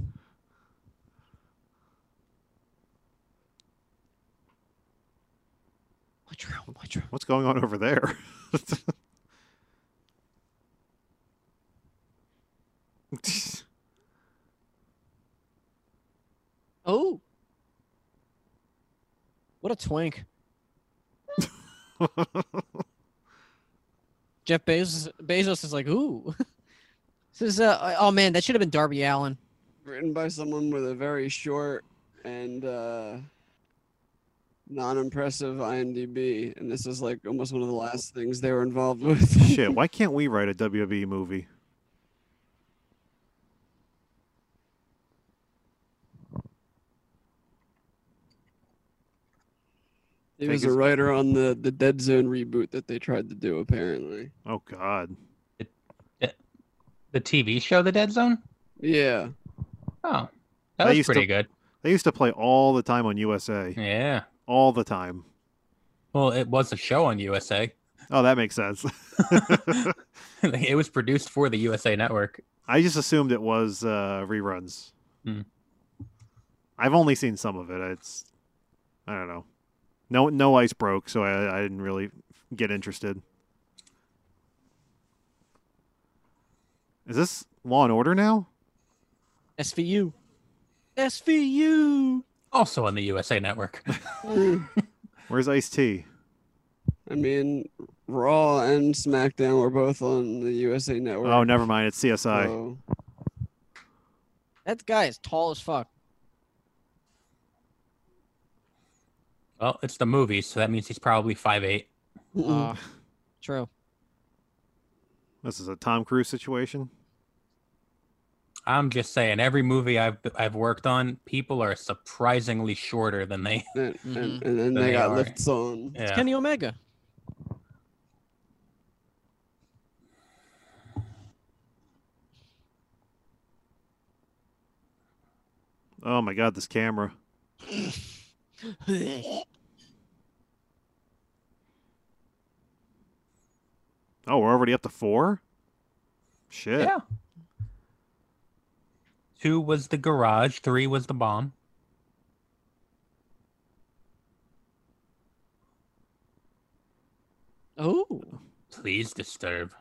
Speaker 3: Watch your own, watch your own.
Speaker 5: What's going on over there?
Speaker 3: Oh, what a twink! Jeff Bezos. Bezos is like, ooh. This is uh, oh man, that should have been Darby Allen.
Speaker 6: Written by someone with a very short and uh, non-impressive IMDb, and this is like almost one of the last things they were involved with.
Speaker 5: Shit, why can't we write a WWE movie?
Speaker 6: He
Speaker 5: Take
Speaker 6: was a
Speaker 5: his-
Speaker 6: writer on the the Dead Zone reboot that they tried to do. Apparently,
Speaker 5: Oh God.
Speaker 4: The TV show, The Dead Zone.
Speaker 6: yeah.
Speaker 4: Oh,
Speaker 5: I
Speaker 4: that was
Speaker 5: used to-
Speaker 4: pretty good.
Speaker 5: They used to play all the time on USA.
Speaker 4: Yeah.
Speaker 5: All the time.
Speaker 4: Well, it was a show on USA.
Speaker 5: Oh, that makes sense.
Speaker 4: it was produced for the USA Network.
Speaker 5: I just assumed it was uh, reruns.
Speaker 4: Hmm.
Speaker 5: I've only seen some of it. It's I don't know. No, no ice broke, so I, I didn't really get interested. Is this Law and Order now?
Speaker 3: SVU. SVU.
Speaker 4: Also on the USA Network.
Speaker 6: Mm.
Speaker 5: Where's Ice T?
Speaker 6: I mean, Raw and SmackDown were both on the USA Network.
Speaker 5: Oh, never mind. It's
Speaker 4: Uh,
Speaker 5: CSI.
Speaker 6: so-
Speaker 3: That guy is tall as fuck.
Speaker 4: well, it's the movies, so that means he's probably five eight.
Speaker 5: Uh,
Speaker 3: Ah, True.
Speaker 5: this is a Tom Cruise situation.
Speaker 4: I'm just saying, every movie I've I've worked on, people are surprisingly shorter than they.
Speaker 6: and,
Speaker 3: Mhm.
Speaker 6: and, and then
Speaker 4: Then
Speaker 6: they
Speaker 4: they
Speaker 6: got
Speaker 4: are.
Speaker 6: lifts on.
Speaker 4: Yeah.
Speaker 3: Kenny Omega.
Speaker 5: Oh my God, this camera. Oh, we're already up to four. Shit.
Speaker 4: Yeah. Two was the garage. Three was the bomb.
Speaker 3: oh,
Speaker 4: Please disturb.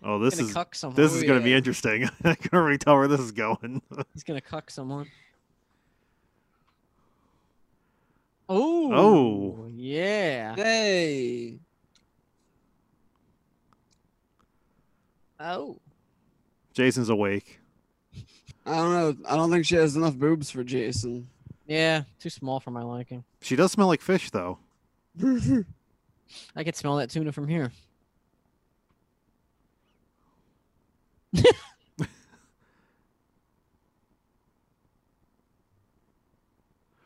Speaker 5: Oh, this
Speaker 3: gonna
Speaker 5: is
Speaker 3: cuck someone.
Speaker 5: this is gonna be
Speaker 3: Yeah.
Speaker 5: interesting. I can already tell where this is going.
Speaker 3: He's gonna cuck someone. Oh.
Speaker 5: Oh.
Speaker 3: Yeah.
Speaker 6: Hey,
Speaker 3: Oh.
Speaker 5: Jason's awake.
Speaker 6: I don't know. I don't think she has enough boobs for Jason.
Speaker 3: Yeah. Too small for my liking.
Speaker 5: She does smell like fish, though.
Speaker 3: I could smell that tuna from here.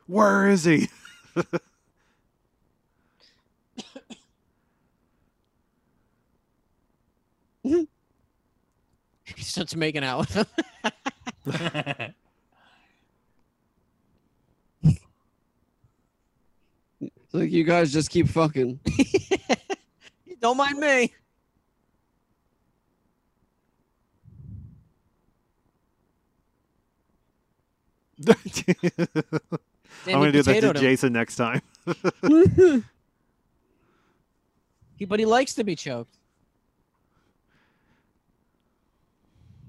Speaker 5: Where is he?
Speaker 3: He starts making out with him.
Speaker 6: It's like you guys just keep fucking.
Speaker 3: Don't mind me.
Speaker 5: I'm
Speaker 3: Danny
Speaker 5: gonna do that to
Speaker 3: potatoed him.
Speaker 5: Jason next time.
Speaker 3: He, but he likes to be choked.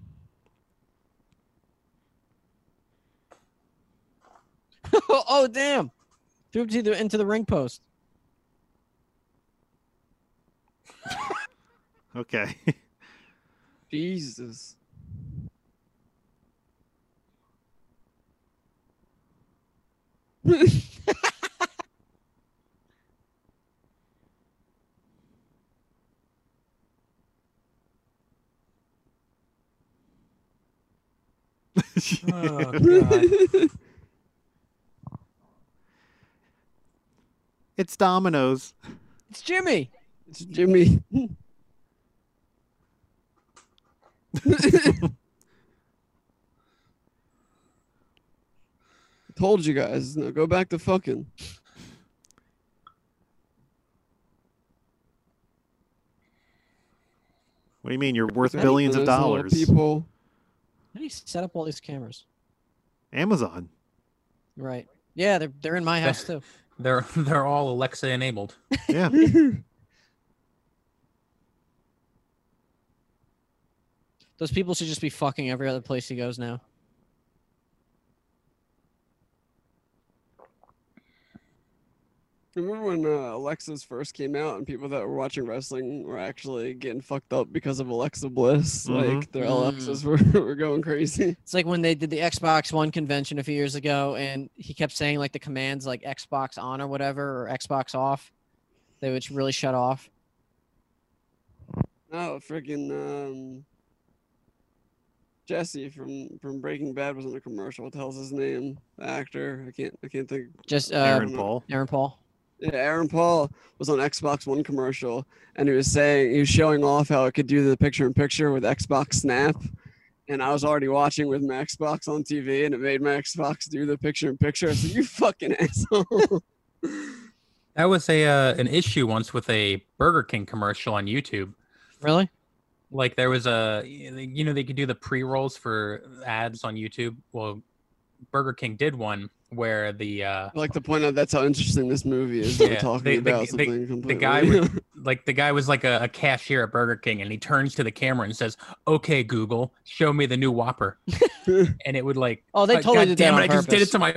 Speaker 3: oh damn! Threw him to the into the ring post.
Speaker 5: Okay.
Speaker 6: Jesus.
Speaker 4: Oh, God.
Speaker 5: it's Domino's.
Speaker 3: It's Jimmy.
Speaker 6: It's Jimmy. Told you guys. Now go back to fucking.
Speaker 5: What do you mean? You're worth
Speaker 6: Ready for
Speaker 5: billions of
Speaker 6: those little
Speaker 5: dollars.
Speaker 6: People.
Speaker 3: How do you set up all these cameras?
Speaker 5: Amazon.
Speaker 3: Right. Yeah, they're they're in my house too.
Speaker 4: they're they're all Alexa enabled.
Speaker 5: Yeah.
Speaker 3: Um, Those people should just be fucking every other place he goes now.
Speaker 6: Remember when uh, Alexa's first came out and people that were watching wrestling were actually getting fucked up because of Alexa Bliss?
Speaker 5: Mhm.
Speaker 6: Like their
Speaker 3: Mm.
Speaker 6: Alexas were, were going crazy.
Speaker 3: It's like when they did the Xbox One convention a few years ago, and he kept saying like the commands like Xbox on or whatever or Xbox off. They would really shut off.
Speaker 6: No, freaking um Jesse from from Breaking Bad was in a commercial. What the hell's his name? The actor. I can't. I can't think.
Speaker 3: Just uh,
Speaker 5: Aaron
Speaker 3: Aaron,
Speaker 6: Um,
Speaker 5: Paul.
Speaker 3: Paul.
Speaker 6: Yeah, Aaron Paul was on Xbox One commercial, and he was saying he was showing off how it could do the picture-in-picture with Xbox Snap. And I was already watching with my Xbox on TV, and it made my Xbox do the picture-in-picture. So you fucking asshole.
Speaker 4: That was a uh, an issue once with a Burger King commercial on YouTube.
Speaker 3: Really?
Speaker 4: Like there was a you know they could do the pre rolls for ads on YouTube. Well, Burger King did one where the uh,
Speaker 6: I like to point out that's how interesting this movie is. that We're
Speaker 4: Yeah,
Speaker 6: talking
Speaker 4: they- they-
Speaker 6: about
Speaker 4: they-
Speaker 6: something completely.
Speaker 4: guy would- like the guy was like a, a cashier at Burger King and he turns to the camera and says, "Okay, Google, show me the new Whopper," and it would like.
Speaker 3: Oh, they
Speaker 4: uh,
Speaker 3: totally
Speaker 4: God
Speaker 3: did that
Speaker 4: damn
Speaker 3: on
Speaker 4: it! I just did it
Speaker 3: purpose.
Speaker 4: to my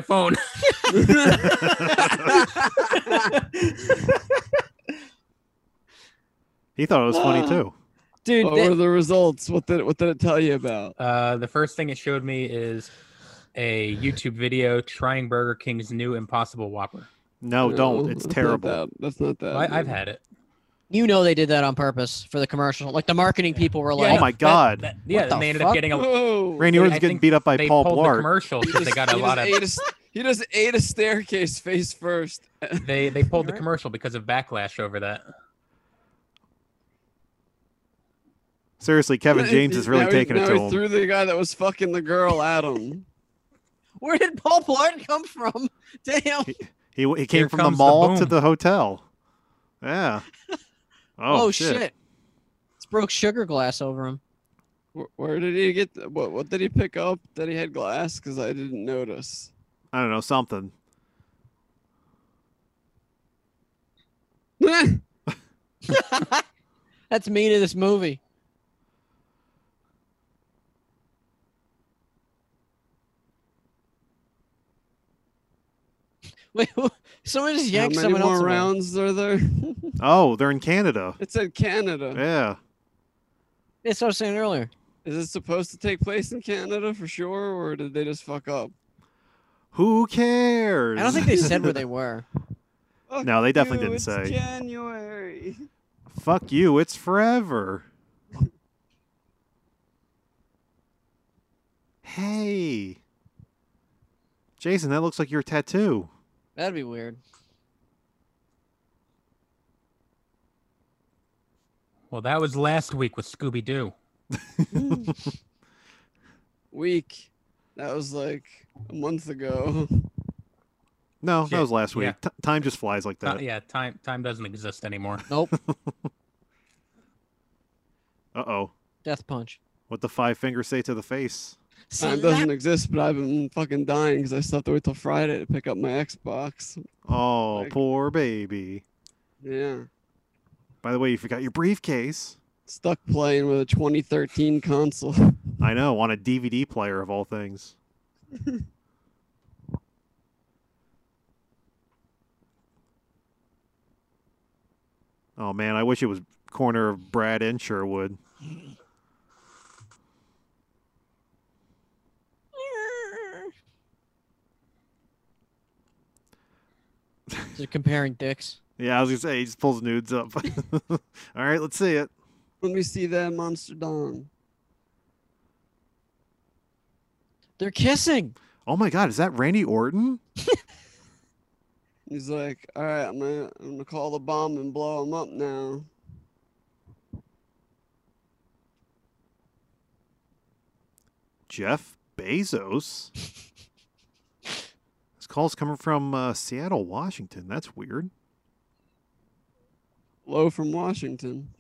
Speaker 4: phone.
Speaker 5: He thought it was funny too.
Speaker 3: Dude,
Speaker 6: what
Speaker 4: Oh,
Speaker 3: they-
Speaker 6: were the results? What did what did it tell you about?
Speaker 4: Uh, the first thing it showed me is a YouTube video trying Burger King's new Impossible Whopper.
Speaker 5: No, don't. It's
Speaker 6: that's not
Speaker 5: terrible.
Speaker 6: that- That's not that.
Speaker 4: Well, I, I've
Speaker 6: dude.
Speaker 4: had it.
Speaker 3: you know they did that on purpose for the commercial. Like the marketing people were like,
Speaker 5: Oh my
Speaker 4: that-
Speaker 5: God.
Speaker 4: that- yeah,
Speaker 3: What the
Speaker 4: and they ended
Speaker 3: fuck?
Speaker 4: up getting a.
Speaker 6: Whoa.
Speaker 5: Randy
Speaker 4: Dude,
Speaker 5: Orton's
Speaker 4: I
Speaker 5: getting
Speaker 4: think
Speaker 5: beat up by
Speaker 4: They
Speaker 5: Paul
Speaker 4: pulled the
Speaker 5: Blart.
Speaker 4: commercial because they got a
Speaker 6: he
Speaker 4: lot
Speaker 6: just
Speaker 4: of.
Speaker 6: ate a st- he just ate a staircase face first.
Speaker 4: They they pulled the
Speaker 3: Right.
Speaker 4: commercial because of backlash over that.
Speaker 5: Seriously, Kevin James is really
Speaker 6: Now he-
Speaker 5: taking it
Speaker 6: now
Speaker 5: to
Speaker 6: he
Speaker 5: him.
Speaker 6: Threw the guy that was fucking the girl at him.
Speaker 3: "Where did Paul Blart come from?" Damn.
Speaker 5: He he came
Speaker 4: Here
Speaker 5: from the
Speaker 4: comes the
Speaker 5: mall to
Speaker 4: boom.
Speaker 5: the hotel. Yeah. Oh, shit.
Speaker 3: It's broke sugar glass over him.
Speaker 6: Where, where did he get? th- What what did he pick up that he had glass? Because I didn't notice.
Speaker 5: I don't know something.
Speaker 3: That's me to this movie. Wait, who- someone just
Speaker 6: How
Speaker 3: yanked
Speaker 6: many
Speaker 3: someone else
Speaker 6: more
Speaker 3: away.
Speaker 6: rounds are there?
Speaker 5: Oh, they're in Canada.
Speaker 6: it said Canada.
Speaker 5: Yeah.
Speaker 3: That's what I was saying earlier.
Speaker 6: Is it supposed to take place in Canada for sure, or did they just fuck up?
Speaker 5: Who cares?
Speaker 3: I don't think they said where they were.
Speaker 6: Fuck
Speaker 5: No, they definitely didn't
Speaker 6: you, it's
Speaker 5: say.
Speaker 6: January.
Speaker 5: Fuck you. It's forever. hey. Jason, that looks like your tattoo.
Speaker 3: That'd be weird.
Speaker 4: Well, that was last week with Scooby Doo.
Speaker 6: Week. That was like a month ago.
Speaker 5: No, that
Speaker 4: Shit,
Speaker 5: was last week.
Speaker 4: yeah.
Speaker 5: T- time just flies like
Speaker 4: Uh,
Speaker 5: that.
Speaker 4: yeah, time time doesn't exist anymore.
Speaker 3: Nope.
Speaker 5: Uh oh.
Speaker 3: Death punch.
Speaker 5: What the five fingers say to the face?
Speaker 6: Time doesn't exist, but I've been fucking dying because I still have to wait till Friday to pick up my Xbox.
Speaker 5: Oh,
Speaker 6: Like-
Speaker 5: poor baby.
Speaker 6: Yeah.
Speaker 5: By the way, you forgot your briefcase.
Speaker 6: Stuck playing with a 2013 console.
Speaker 5: I know, on a DVD player of all things. oh man, I wish it was corner of Brad and Sherwood.
Speaker 3: They're comparing dicks.
Speaker 5: Yeah, I was gonna say he just pulls nudes up. all right, let's see it.
Speaker 6: Let me see that Monster Dawn.
Speaker 3: They're kissing.
Speaker 5: Oh my God, is that Randy Orton?
Speaker 6: He's like, all right, I'm gonna, I'm gonna call the bomb and blow him up now.
Speaker 5: Jeff Bezos. this call's coming from uh, Seattle, Washington. That's weird.
Speaker 6: Low from Washington.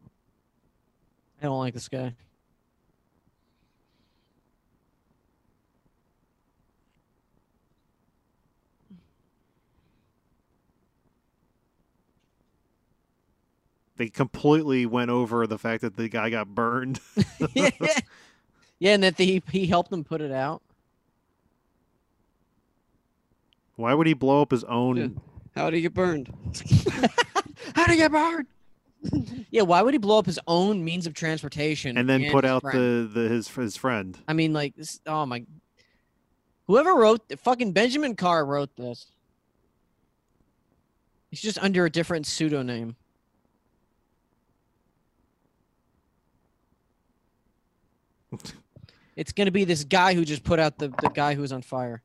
Speaker 3: I don't like this guy.
Speaker 5: They completely went over the fact that the guy got burned.
Speaker 3: yeah, and that the, he helped them put it out.
Speaker 5: Why would he blow up his own?
Speaker 6: Yeah. How'd he get burned?
Speaker 3: How do you get burned? yeah, why would he blow up his own means of transportation
Speaker 5: and then put
Speaker 3: his
Speaker 5: out
Speaker 3: friend?
Speaker 5: the the his his friend.
Speaker 3: I mean, like, this, oh my. Whoever wrote the fucking Benjamin Carr wrote this. He's just under a different pseudonym. It's gonna be this guy who just put out the, the guy who was on fire.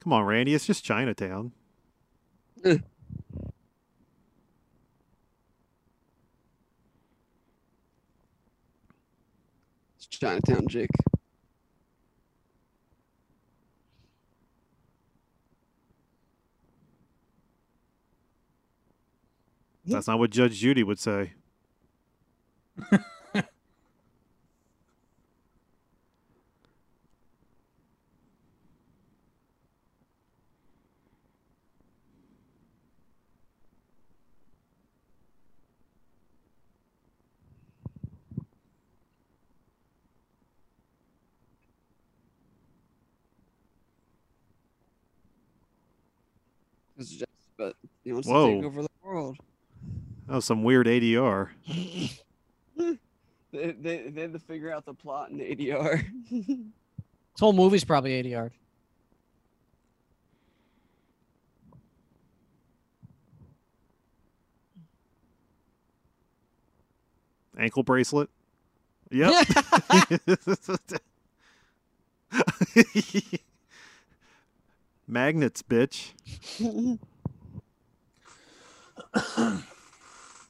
Speaker 5: Come on, Randy. It's just Chinatown.
Speaker 6: It's Chinatown Jake.
Speaker 5: That's not what Judge Judy would say.
Speaker 6: It's just, but he wants to
Speaker 5: Whoa.
Speaker 6: take over the world.
Speaker 5: Oh, some weird ADR.
Speaker 6: They, they, they had to figure out the plot in ADR.
Speaker 3: This whole movie's probably 80 yard.
Speaker 5: Ankle bracelet. Yep. Magnets, bitch.
Speaker 6: Mm-hmm.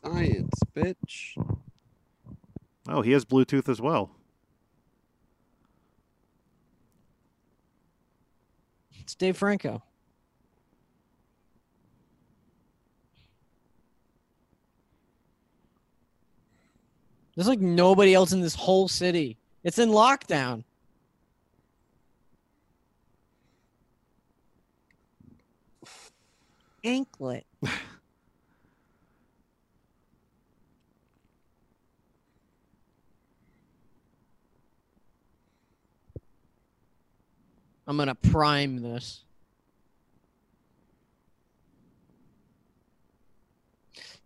Speaker 6: Science, bitch.
Speaker 5: Oh, he has Bluetooth as well.
Speaker 3: It's Dave Franco. There's like nobody else in this whole city. It's in lockdown. Anklet. I'm gonna prime this.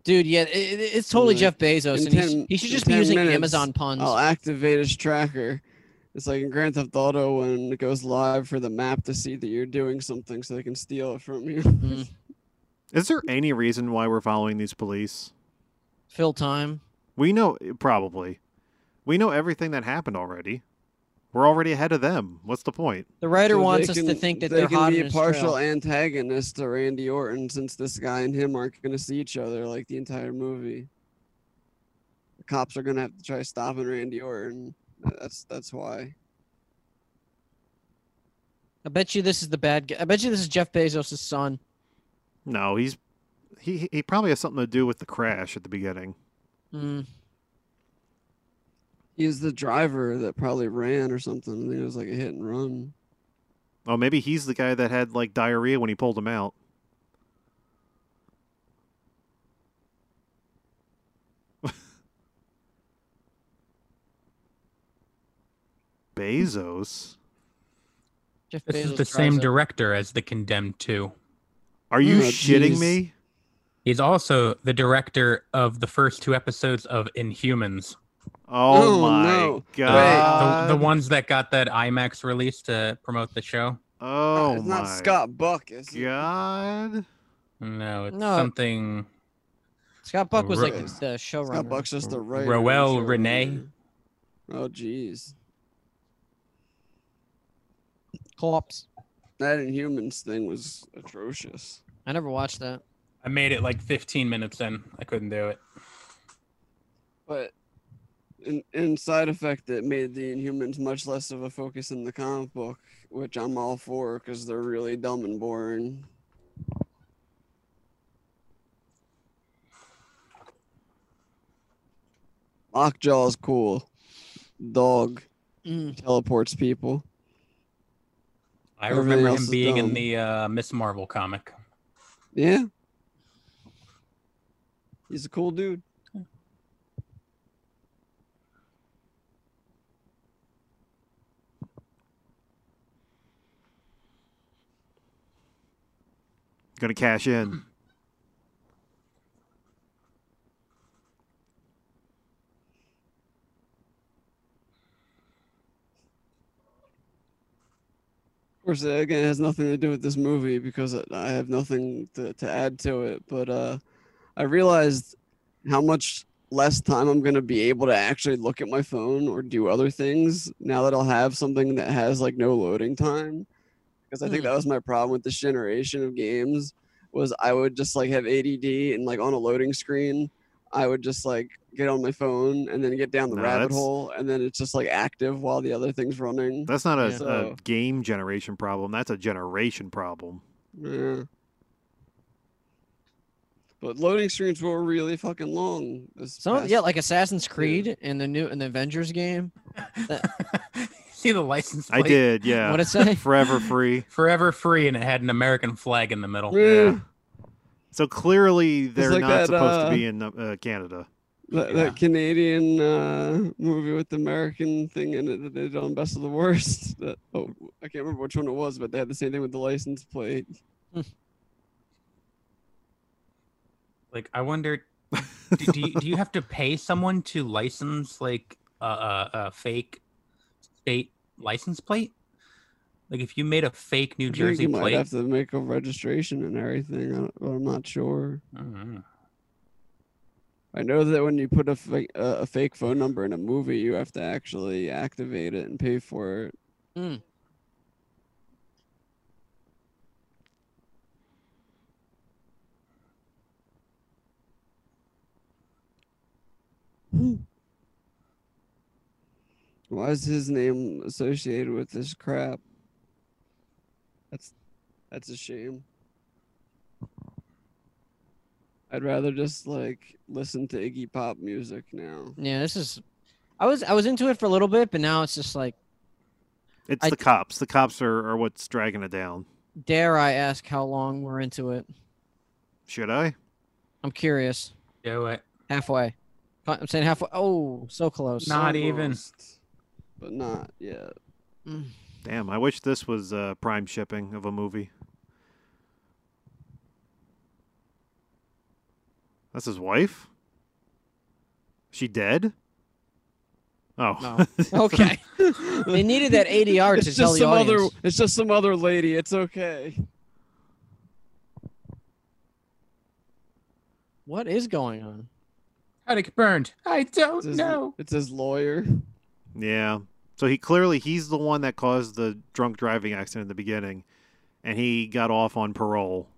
Speaker 3: Dude, yeah, it, it- it's totally
Speaker 6: Like,
Speaker 3: Jeff Bezos,
Speaker 6: in
Speaker 3: and he's-
Speaker 6: 10
Speaker 3: he should
Speaker 6: in
Speaker 3: just be
Speaker 6: 10
Speaker 3: using
Speaker 6: minutes, Oh,
Speaker 3: Amazon puns.
Speaker 6: I'll activate his tracker. It's like in Grand Theft Auto when it goes live for the map to see that you're doing something so they can steal it from you.
Speaker 3: Mm.
Speaker 5: Is there any reason why we're following these police?
Speaker 3: Fill time.
Speaker 5: We know, probably. We know everything that happened already. We're already ahead of them. What's the point?
Speaker 3: The writer
Speaker 6: So
Speaker 3: wants
Speaker 6: they
Speaker 3: us to
Speaker 6: can-
Speaker 3: think that
Speaker 6: they
Speaker 3: they are
Speaker 6: can
Speaker 3: hot
Speaker 6: be
Speaker 3: on
Speaker 6: a
Speaker 3: his
Speaker 6: partial
Speaker 3: trail.
Speaker 6: antagonist to Randy Orton since this guy and him aren't going to see each other like the entire movie. The cops are going to have to try stopping Randy Orton. That's that's why.
Speaker 3: I bet you this is the bad guy. I bet you this is Jeff Bezos' son.
Speaker 5: No, he's he he probably has something to do with the crash at the beginning.
Speaker 3: Mm.
Speaker 6: He's the driver that probably ran or something. I think it was like a hit and run.
Speaker 5: Oh, maybe he's the guy that had like diarrhea when he pulled him out. Bezos,
Speaker 3: Jeff
Speaker 4: This is
Speaker 3: Bezos
Speaker 4: the
Speaker 3: drives
Speaker 4: same
Speaker 3: it.
Speaker 4: director as The Condemned 2.
Speaker 5: are you
Speaker 6: Oh,
Speaker 5: shitting
Speaker 6: jeez.
Speaker 5: me?
Speaker 4: He's also the director of the first two episodes of Inhumans,
Speaker 5: Oh,
Speaker 6: Oh,
Speaker 5: my
Speaker 6: no. Wait.
Speaker 4: the-
Speaker 5: god!
Speaker 4: the, the ones that got that IMAX release to promote the show.
Speaker 5: Oh
Speaker 6: it's
Speaker 5: my
Speaker 6: not Scott Buck. Is it?
Speaker 5: god!
Speaker 4: No, it's
Speaker 3: No.
Speaker 4: something.
Speaker 3: Scott Buck was like
Speaker 4: Ro-
Speaker 3: the
Speaker 6: Scott
Speaker 3: showrunner.
Speaker 6: Buck's just a writer. and
Speaker 4: Roel
Speaker 6: showrunner.
Speaker 4: Rene.
Speaker 6: Oh jeez,
Speaker 3: Co-ops.
Speaker 6: that Inhumans thing was atrocious.
Speaker 3: I never watched that.
Speaker 4: I made it like 15 minutes in. I couldn't do it.
Speaker 6: But in, in side effect, it made the Inhumans much less of a focus in the comic book, which I'm all for because they're really dumb and boring. Lockjaw's cool. Dog
Speaker 3: Mm.
Speaker 6: teleports people.
Speaker 4: I
Speaker 6: Everything
Speaker 4: remember
Speaker 6: else
Speaker 4: him
Speaker 6: is
Speaker 4: being
Speaker 6: dumb.
Speaker 4: in the uh, Miss Marvel comic.
Speaker 6: Yeah. He's a cool dude.
Speaker 5: Gonna cash in.
Speaker 6: Of course, uh, again, it has nothing to do with this movie because I- I have nothing to, to add to it. But uh, I realized how much less time I'm gonna be able to actually look at my phone or do other things now that I'll have something that has like no loading time. Because I think that was my problem with this generation of games was I would just like have ADD and like on a loading screen, I would just like get on my phone and then get down the
Speaker 5: No,
Speaker 6: rabbit
Speaker 5: that's-
Speaker 6: hole and then it's just like active while the other thing's running.
Speaker 5: That's not a,
Speaker 3: Yeah.
Speaker 5: a
Speaker 6: So-
Speaker 5: game generation problem. That's a generation problem.
Speaker 6: Yeah. But loading screens were really fucking long. This
Speaker 3: Some
Speaker 6: past-
Speaker 3: yeah, like Assassin's Creed and the new and the Avengers game.
Speaker 4: See the license
Speaker 5: I
Speaker 4: plate?
Speaker 5: did, yeah.
Speaker 3: What it say?
Speaker 5: Forever free.
Speaker 4: Forever free, and it had an American flag in the middle.
Speaker 6: Yeah.
Speaker 5: So clearly they're
Speaker 6: like
Speaker 5: not
Speaker 6: that,
Speaker 5: supposed
Speaker 6: uh,
Speaker 5: to be in uh, Canada.
Speaker 6: That,
Speaker 4: Yeah.
Speaker 6: that Canadian uh, movie with the American thing in it that they did on Best of the Worst. That, oh, I can't remember which one it was, but they had the same thing with the license plate.
Speaker 4: Like, I wonder, do, do, you, do you have to pay someone to license like a, a, a fake state license plate? Like, if you made a fake New
Speaker 6: I think
Speaker 4: Jersey
Speaker 6: you might
Speaker 4: plate,
Speaker 6: have to make a registration and everything. I don't, I'm not sure.
Speaker 4: Mhm.
Speaker 6: I know that when you put a, fa- uh, a fake phone number in a movie, you have to actually activate it and pay for it.
Speaker 3: Mm.
Speaker 6: Why is his name associated with this crap? That's that's a shame. I'd rather just like listen to Iggy Pop music now.
Speaker 3: Yeah, this is. I was I was into it for a little bit, but now it's just like,
Speaker 5: It's
Speaker 3: I-
Speaker 5: the cops. The cops are, are what's dragging it down.
Speaker 3: dare I ask how long we're into it?
Speaker 5: Should I?
Speaker 3: I'm curious.
Speaker 4: do it.
Speaker 3: Halfway. I'm saying halfway. Oh, so close.
Speaker 4: Not even.
Speaker 6: Almost, but not yet.
Speaker 3: Mm.
Speaker 5: Damn, I wish this was uh, prime shipping of a movie. That's his wife? She dead? Oh.
Speaker 3: No. Okay. they needed that ADR to
Speaker 6: it's
Speaker 3: tell
Speaker 6: just
Speaker 3: the
Speaker 6: some
Speaker 3: audience.
Speaker 6: other. It's just some other lady. It's okay.
Speaker 3: What is going on?
Speaker 4: How'd it get burned? I don't
Speaker 6: It's his,
Speaker 4: know.
Speaker 6: it's his lawyer.
Speaker 5: yeah. So he clearly he's the one that caused the drunk driving accident in the beginning and he got off on parole.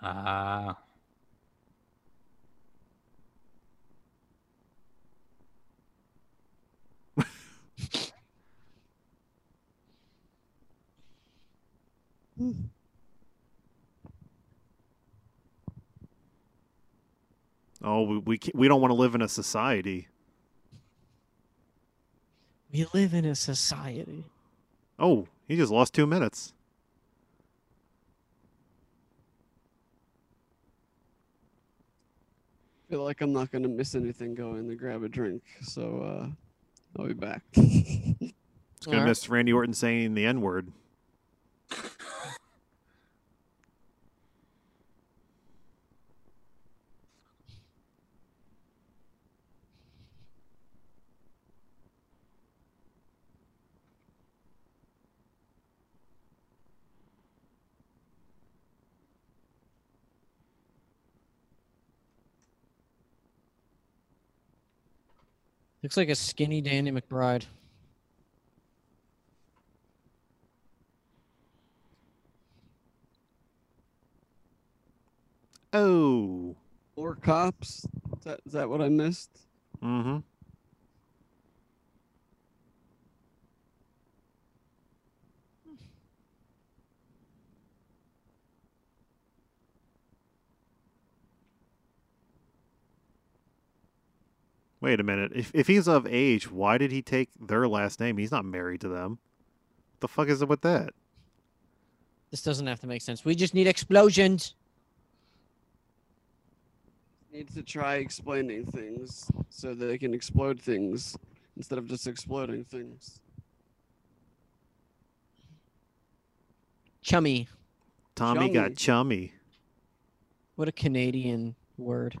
Speaker 4: Ah.
Speaker 5: Oh, we we, ca- we don't want to live in a society.
Speaker 3: We live in a society.
Speaker 5: Oh, he just lost 2 minutes.
Speaker 6: I feel like I'm not gonna miss anything going to grab a drink. So uh, I'll be back.
Speaker 5: It's going
Speaker 3: Alright.
Speaker 5: to miss Randy Orton saying the n-word.
Speaker 3: Looks like a skinny Danny McBride.
Speaker 5: Oh.
Speaker 6: More cops. Is that, is that what I missed?
Speaker 5: Mhm. Wait a minute. If if he's of age, why did he take their last name? He's not married to them. The fuck is it with that?
Speaker 3: This doesn't have to make sense. We just need explosions.
Speaker 6: Need to try explaining things so that they can explode things instead of just exploding things.
Speaker 3: Chummy.
Speaker 5: Tommy got chummy.
Speaker 3: What a Canadian word.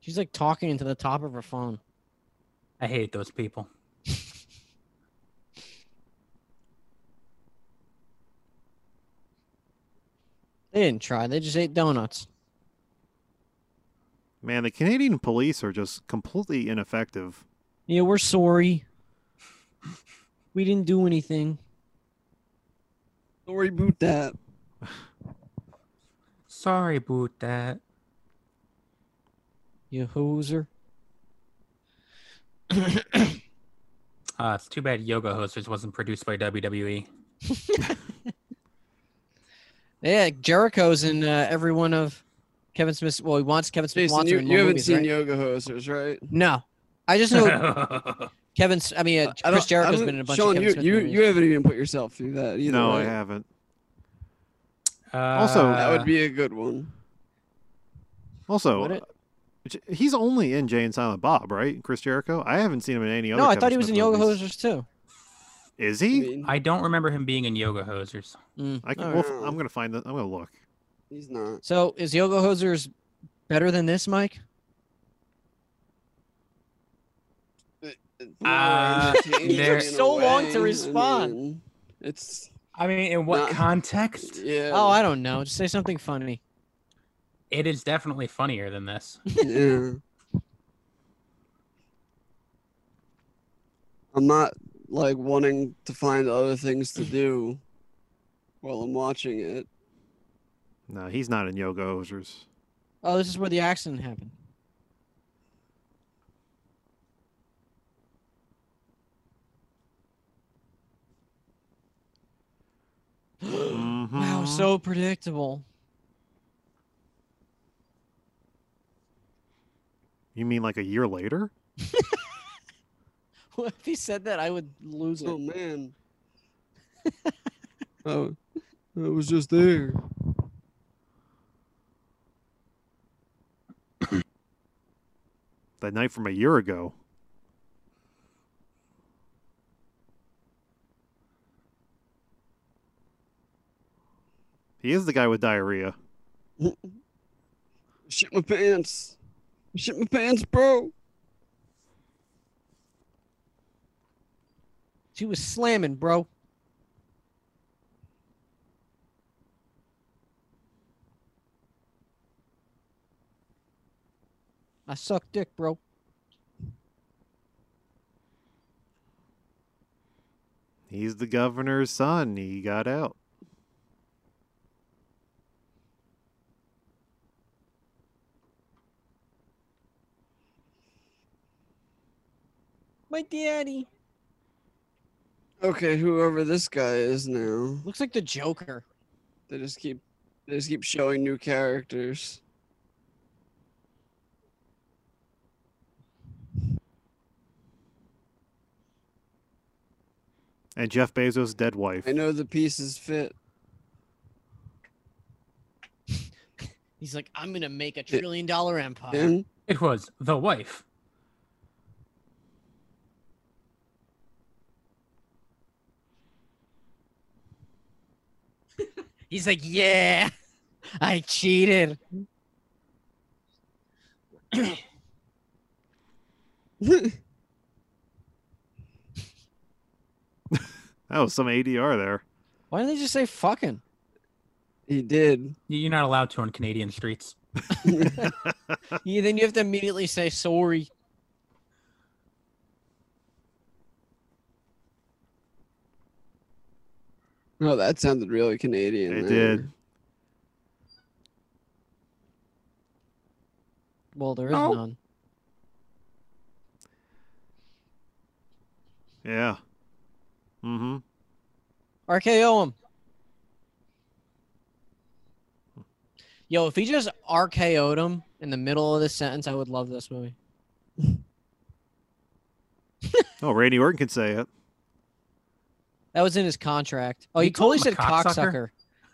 Speaker 3: She's like talking into the top of her phone.
Speaker 4: I hate those people.
Speaker 3: They They didn't try. They just ate donuts.
Speaker 5: Man, the Canadian police are just completely ineffective.
Speaker 3: Yeah, we're sorry. We didn't do anything.
Speaker 6: Sorry boot that.
Speaker 4: Sorry about that.
Speaker 3: You hoser.
Speaker 4: Uh, it's too bad Yoga Hosters wasn't produced by E. WWE.
Speaker 3: Yeah, Jericho's in uh, every one of Kevin Smith's. Well, he wants Kevin Smith.
Speaker 6: Jason,
Speaker 3: wants
Speaker 6: you,
Speaker 3: him in
Speaker 6: you
Speaker 3: more
Speaker 6: haven't
Speaker 3: movies,
Speaker 6: seen
Speaker 3: right?
Speaker 6: Yoga Hosters, right?
Speaker 3: No, I just know Kevin. S- I mean, uh,
Speaker 6: I
Speaker 3: Chris
Speaker 6: don't- I
Speaker 3: Jericho's
Speaker 6: don't-
Speaker 3: been in a bunch
Speaker 6: Sean,
Speaker 3: of Kevin
Speaker 6: you,
Speaker 3: Smith
Speaker 6: you,
Speaker 3: movies.
Speaker 6: you haven't even put yourself through that either.
Speaker 5: no,
Speaker 6: right?
Speaker 5: I haven't.
Speaker 4: Uh,
Speaker 6: That would be a good one.
Speaker 5: Also,
Speaker 3: Would it?
Speaker 5: uh, J- he's only in Jay and Silent Bob, right? Chris Jericho. I haven't seen him in any other.
Speaker 3: no, I
Speaker 5: Kevin
Speaker 3: thought he was
Speaker 5: Smith
Speaker 3: in Yoga
Speaker 5: movies.
Speaker 3: Hosers too.
Speaker 5: Is
Speaker 6: I
Speaker 5: he?
Speaker 6: mean,
Speaker 4: Uh, I don't remember him being in Yoga Hosers.
Speaker 3: Mm.
Speaker 5: I can.
Speaker 3: all
Speaker 5: We'll,
Speaker 3: right.
Speaker 5: f- I'm gonna find that. I'm gonna look.
Speaker 6: he's not.
Speaker 3: So is Yoga Hosers better than this, Mike?
Speaker 4: Uh,
Speaker 6: Changed
Speaker 4: there-
Speaker 6: in a
Speaker 3: Ah, So long to
Speaker 6: way, I
Speaker 3: respond.
Speaker 6: mean, it's
Speaker 4: I mean, in what
Speaker 6: Nah.
Speaker 4: context?
Speaker 6: yeah.
Speaker 3: Oh, I don't know. Just say something funny.
Speaker 4: It is definitely funnier than this.
Speaker 6: yeah. I'm not like wanting to find other things to do while I'm watching it.
Speaker 5: No, he's not in Yoga Hosers.
Speaker 3: Oh, this is where the accident happened. Wow,
Speaker 5: Mhm.
Speaker 3: so predictable.
Speaker 5: you mean like a year later?
Speaker 3: if he said that, I would lose
Speaker 6: Oh
Speaker 3: it.
Speaker 6: man. oh, I was just there.
Speaker 5: That night from a year ago. He is the guy with diarrhea.
Speaker 6: Shit my pants. Shit my pants, bro.
Speaker 3: She was slamming, bro. I suck dick, bro.
Speaker 5: He's the governor's son. He got out.
Speaker 3: My daddy.
Speaker 6: Okay, whoever this guy is now,
Speaker 3: Looks like the Joker.
Speaker 6: they just keep they just keep showing new characters.
Speaker 5: And Jeff Bezos' dead wife.
Speaker 6: I know the pieces fit.
Speaker 3: He's like, I'm gonna make a trillion dollar empire.
Speaker 6: Him?
Speaker 4: It was the wife.
Speaker 3: He's like, yeah, I cheated.
Speaker 5: That was some ADR there.
Speaker 3: Why didn't they just say fucking?
Speaker 6: he did.
Speaker 4: Y- You're not allowed to on Canadian streets.
Speaker 3: Yeah, then you have to immediately say sorry.
Speaker 6: Oh, that sounded really Canadian.
Speaker 5: It
Speaker 6: there.
Speaker 5: did.
Speaker 3: Well, there is
Speaker 4: No.
Speaker 3: none.
Speaker 5: Yeah. Mm-hmm.
Speaker 3: RKO him. Yo, if he just RKO'd him in the middle of this sentence, I would love this movie.
Speaker 5: Oh, Randy Orton can say it.
Speaker 3: That was in his contract. Oh, he,
Speaker 4: You call
Speaker 3: totally
Speaker 4: him
Speaker 3: said
Speaker 4: a cocksucker?
Speaker 3: cocksucker.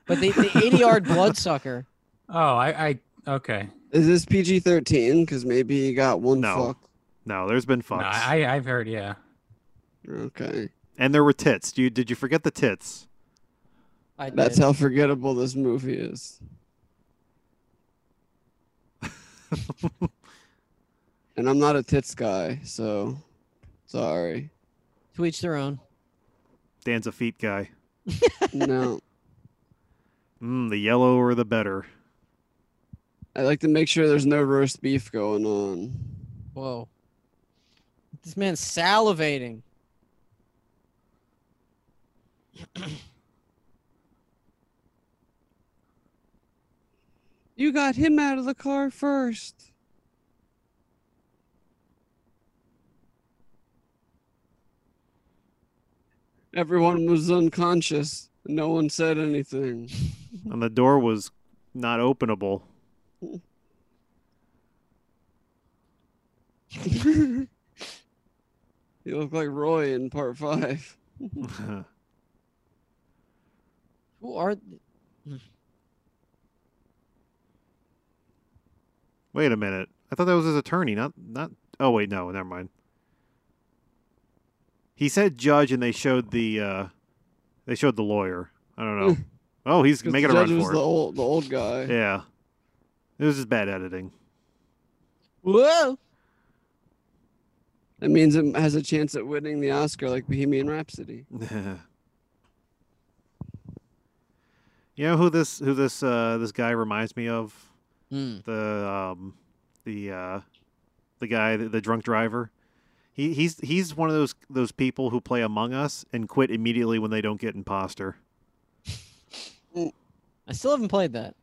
Speaker 3: But the, the 80 yard bloodsucker.
Speaker 4: Oh, I, I okay.
Speaker 6: Is this PG thirteen? Because maybe he got one
Speaker 5: No.
Speaker 6: fuck.
Speaker 5: No, there's been
Speaker 4: No,
Speaker 5: fucks.
Speaker 4: I, I've heard. Yeah.
Speaker 6: Okay,
Speaker 5: And there were tits. Do you, did you forget the tits?
Speaker 3: I did.
Speaker 6: that's how forgettable this movie is. and I'm not a tits guy, so sorry.
Speaker 3: to each their own.
Speaker 5: Dan's a feet guy.
Speaker 6: No,
Speaker 5: Mm, the yellower the better.
Speaker 6: I like to make sure there's no roast beef going on.
Speaker 3: Whoa. This man's salivating.
Speaker 6: You got him out of the car first. Everyone was unconscious. No one said anything.
Speaker 5: And the door was not openable.
Speaker 6: you look like Roy in part five.
Speaker 3: Who are th-
Speaker 5: wait a minute. I thought that was his attorney, not not oh wait, no, never mind. He said judge and they showed the uh they showed the lawyer. I don't know. oh, he's
Speaker 6: 'Cause
Speaker 5: making a
Speaker 6: the judge
Speaker 5: run
Speaker 6: was
Speaker 5: for
Speaker 6: the
Speaker 5: it.
Speaker 6: old, the old guy.
Speaker 5: Yeah. It was just bad editing.
Speaker 3: Whoa.
Speaker 6: That means it has a chance at winning the Oscar, like Bohemian Rhapsody.
Speaker 5: you know who this who this uh this guy reminds me of?
Speaker 3: Hmm.
Speaker 5: the um the uh the guy the, the drunk driver he he's he's one of those those people who play among us and quit immediately when they don't get imposter
Speaker 3: I still haven't played that.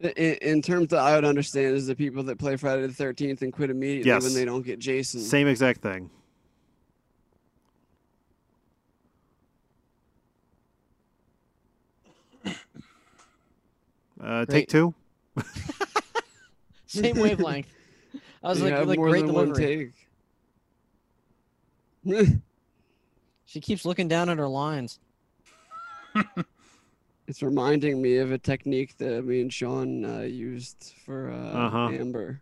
Speaker 6: In, in terms that I would understand is the people that play Friday the Thirteenth and quit immediately
Speaker 5: Yes.
Speaker 6: when they don't get Jason.
Speaker 5: same exact thing Uh,
Speaker 3: Great.
Speaker 5: take two.
Speaker 3: Same wavelength. I was
Speaker 6: You
Speaker 3: like,
Speaker 6: have
Speaker 3: like
Speaker 6: more
Speaker 3: great
Speaker 6: than
Speaker 3: delivery.
Speaker 6: one take.
Speaker 3: She keeps looking down at her lines.
Speaker 6: it's reminding me of a technique that me and Sean uh, used for uh,
Speaker 5: Uh-huh.
Speaker 6: Amber.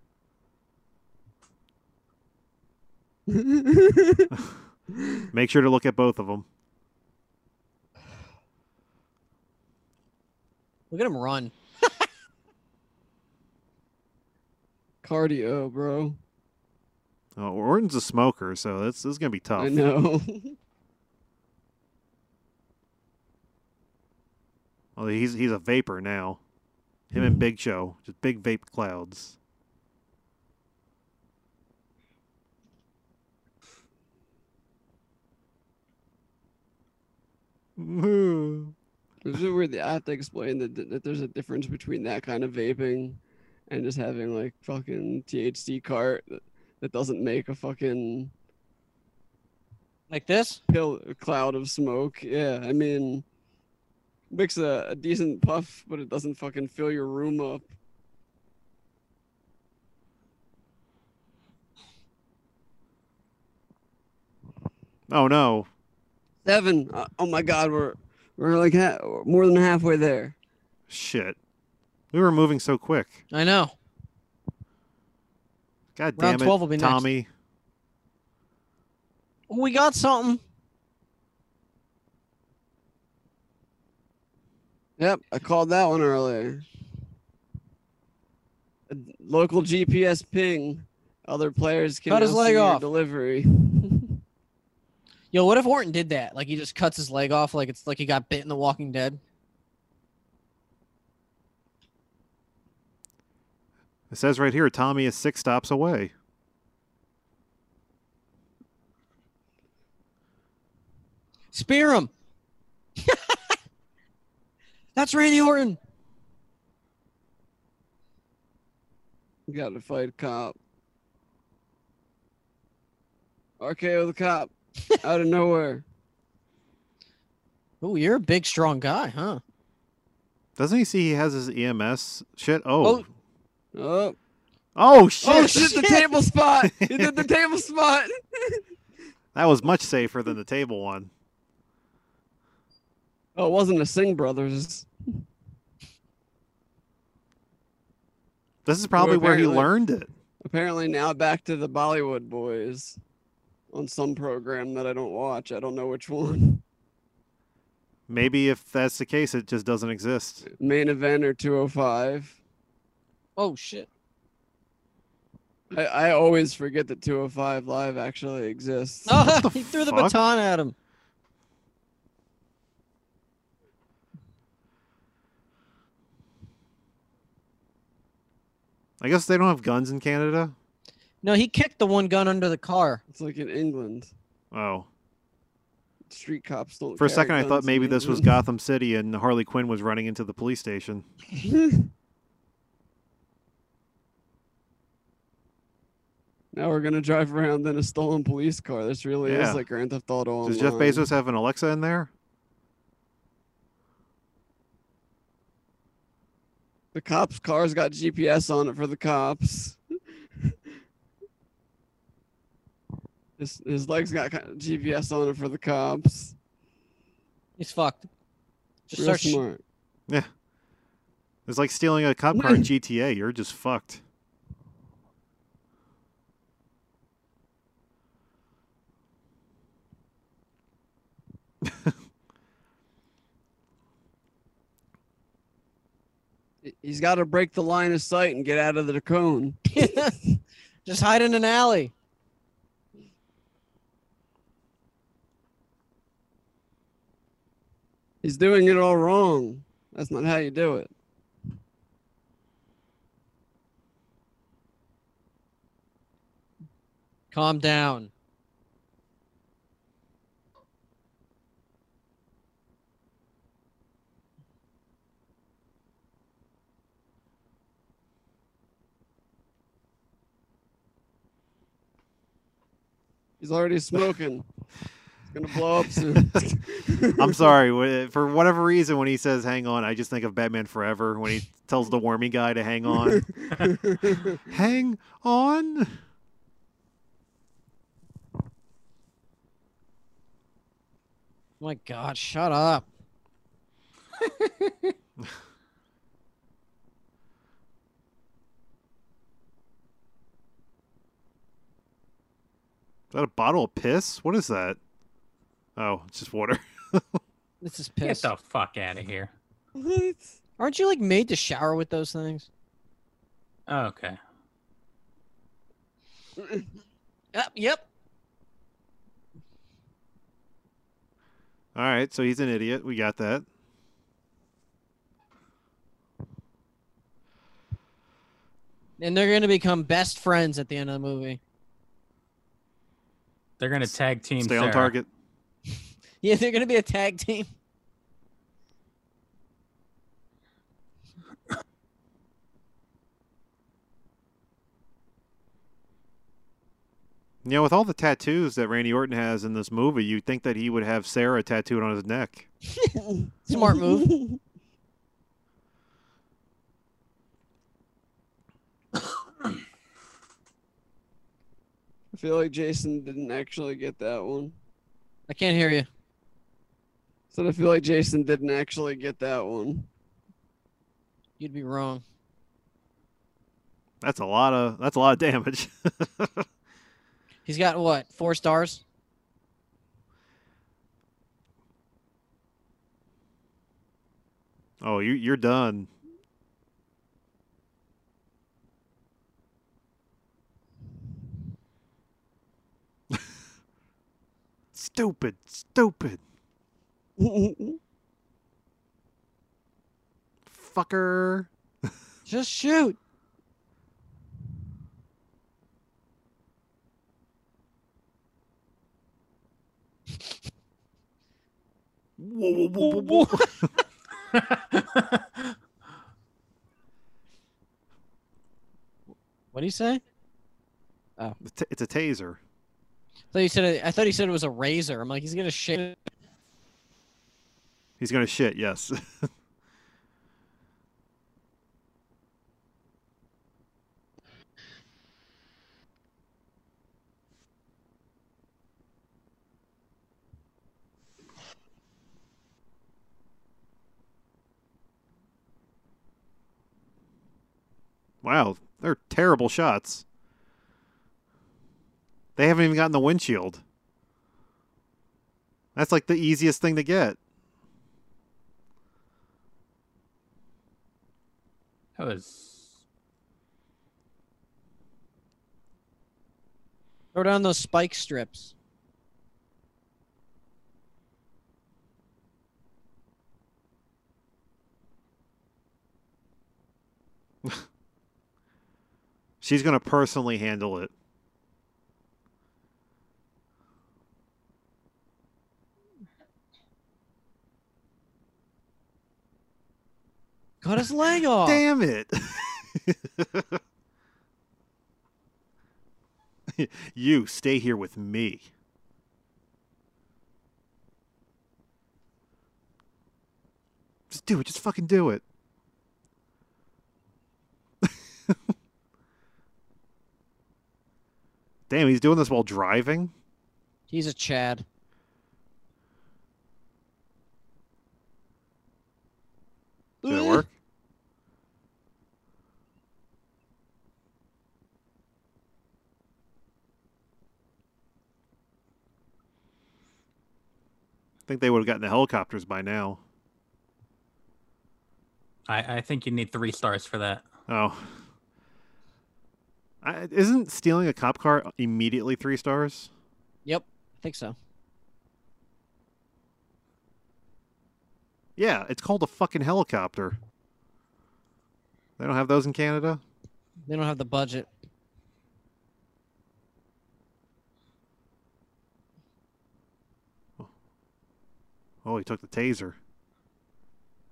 Speaker 5: Make sure to look at both of them.
Speaker 3: Look at him run.
Speaker 6: Cardio, bro.
Speaker 5: Oh, Orton's a smoker, so that's this is gonna be tough.
Speaker 6: I know.
Speaker 5: Well, he's he's a vapor now. Him and Big Show, just big vape clouds. Woo.
Speaker 6: It's really weird that I have to explain that, that, that there's a difference between that kind of vaping and just having like fucking THC cart that, that doesn't make a fucking
Speaker 3: Like this?
Speaker 6: pill cloud of smoke. Yeah, I mean, makes a, a decent puff, but it doesn't fucking fill your room up.
Speaker 5: oh no!
Speaker 6: Seven. Uh, oh my god, we're we're like ha- more than halfway there.
Speaker 5: Shit, we were moving so quick.
Speaker 3: I know.
Speaker 5: God
Speaker 3: Round
Speaker 5: damn it,
Speaker 3: 12 will be next.
Speaker 5: Tommy!
Speaker 3: We got something.
Speaker 6: Yep, I called that one earlier. A local GPS ping. Other players can
Speaker 3: Cut his
Speaker 6: now
Speaker 3: leg
Speaker 6: see your
Speaker 3: off.
Speaker 6: delivery.
Speaker 3: Yo, what if Orton did that? Like he just cuts his leg off, like it's like he got bit in The Walking Dead.
Speaker 5: It says right here, Tommy is six stops away.
Speaker 3: Spear him. That's Randy Orton.
Speaker 6: Got to fight cop. RKO the cop out of nowhere.
Speaker 3: Oh, you're a big, strong guy, huh?
Speaker 5: Doesn't he see he has his EMS shit?
Speaker 3: Oh.
Speaker 5: Oh,
Speaker 6: Oh,
Speaker 5: oh, shit!
Speaker 6: oh shit, the
Speaker 3: shit.
Speaker 6: table spot. He did the table spot.
Speaker 5: That was much safer than the table one.
Speaker 6: Oh, it wasn't a Sing Brothers.
Speaker 5: This is probably where he
Speaker 6: apparently-
Speaker 5: learned it.
Speaker 6: Apparently now back to the Bollywood boys on some program that I don't watch. I don't know which one.
Speaker 5: Maybe if that's the case, it just doesn't exist.
Speaker 6: Main event or 205.
Speaker 3: Oh shit.
Speaker 6: I, I always forget that 205 Live actually exists.
Speaker 3: Oh,
Speaker 5: the
Speaker 3: he threw the
Speaker 5: fuck?
Speaker 3: baton at him.
Speaker 5: I guess they don't have guns in Canada.
Speaker 3: No, he kicked the one gun under the car.
Speaker 6: It's like in England,
Speaker 5: Oh,
Speaker 6: street cops don't.
Speaker 5: for a
Speaker 6: carry
Speaker 5: second I thought
Speaker 6: guns in
Speaker 5: maybe this was
Speaker 6: England.
Speaker 5: Gotham City and Harley Quinn was running into the police station.
Speaker 6: now we're gonna drive around in a stolen police car. This really
Speaker 5: Yeah.
Speaker 6: is like Grand Theft Auto Online.
Speaker 5: Does Jeff Bezos have an Alexa in there?
Speaker 6: The cops' car's got GPS on it for the cops. his his legs got ki- GPS on it for the cops.
Speaker 3: He's fucked. Just
Speaker 6: Real
Speaker 3: start sh-
Speaker 6: smart.
Speaker 5: It's like stealing a cop car in GTA. You're just fucked.
Speaker 6: He- He's got to break the line of sight and get out of the cone.
Speaker 3: just hide in an alley.
Speaker 6: He's doing it all wrong. That's not how you do it.
Speaker 3: Calm down.
Speaker 6: He's already smoking. He's gonna blow up soon.
Speaker 5: I'm sorry. wh- For whatever reason, when he says "hang on," I just think of Batman Forever. When he tells the wormy guy to hang on, hang on.
Speaker 3: Oh my God, shut up.
Speaker 5: Is that a bottle of piss? What is that? Oh, it's just water.
Speaker 3: This is
Speaker 4: Get
Speaker 3: pissed.
Speaker 4: the fuck out of here.
Speaker 6: What?
Speaker 3: Aren't you like made to shower with those things?
Speaker 4: Okay.
Speaker 3: Yep. Yep.
Speaker 5: All right, so he's an idiot. We got that.
Speaker 3: And they're gonna become best friends at the end of the movie.
Speaker 4: They're gonna tag team.
Speaker 5: Stay on
Speaker 4: Sarah.
Speaker 5: target.
Speaker 3: Yeah, they're gonna be a tag team.
Speaker 5: You know, with all the tattoos that Randy Orton has in this movie, you'd think that he would have Sarah tattooed on his neck.
Speaker 3: Smart move.
Speaker 6: I feel like Jason didn't actually get that one.
Speaker 3: I can't hear you.
Speaker 6: So I feel like Jason didn't actually get that one.
Speaker 3: You'd be wrong.
Speaker 5: That's a lot of that's a lot of damage.
Speaker 3: He's got what? Four stars.
Speaker 5: oh, you you're done. stupid, stupid
Speaker 6: Oh,
Speaker 5: fucker.
Speaker 3: Just shoot.
Speaker 5: Whoa, whoa, whoa, whoa, whoa.
Speaker 3: What do you say?
Speaker 5: It's a- It's a taser.
Speaker 3: I thought you said. It, I thought he said it was a razor. I'm like, he's gonna shave.
Speaker 5: He's gonna shit. Yes. Wow, they're terrible shots. They haven't even gotten the windshield. That's like the easiest thing to get.
Speaker 4: That was.
Speaker 3: Throw down those spike strips.
Speaker 5: She's gonna personally handle it.
Speaker 3: Cut his leg off.
Speaker 5: Damn it. you stay here with me. Just do it. Just fucking do it. Damn, he's doing this while driving?
Speaker 3: He's a Chad.
Speaker 5: Did it
Speaker 3: Ugh.
Speaker 5: work? I think they would have gotten the helicopters by now.
Speaker 4: I, I think you need three stars for that.
Speaker 5: Oh. I, isn't stealing a cop car immediately three stars?
Speaker 3: Yep, I think so.
Speaker 5: Yeah, it's called a fucking helicopter. They don't have those in Canada?
Speaker 3: They don't have the budget.
Speaker 5: Oh, he took the taser.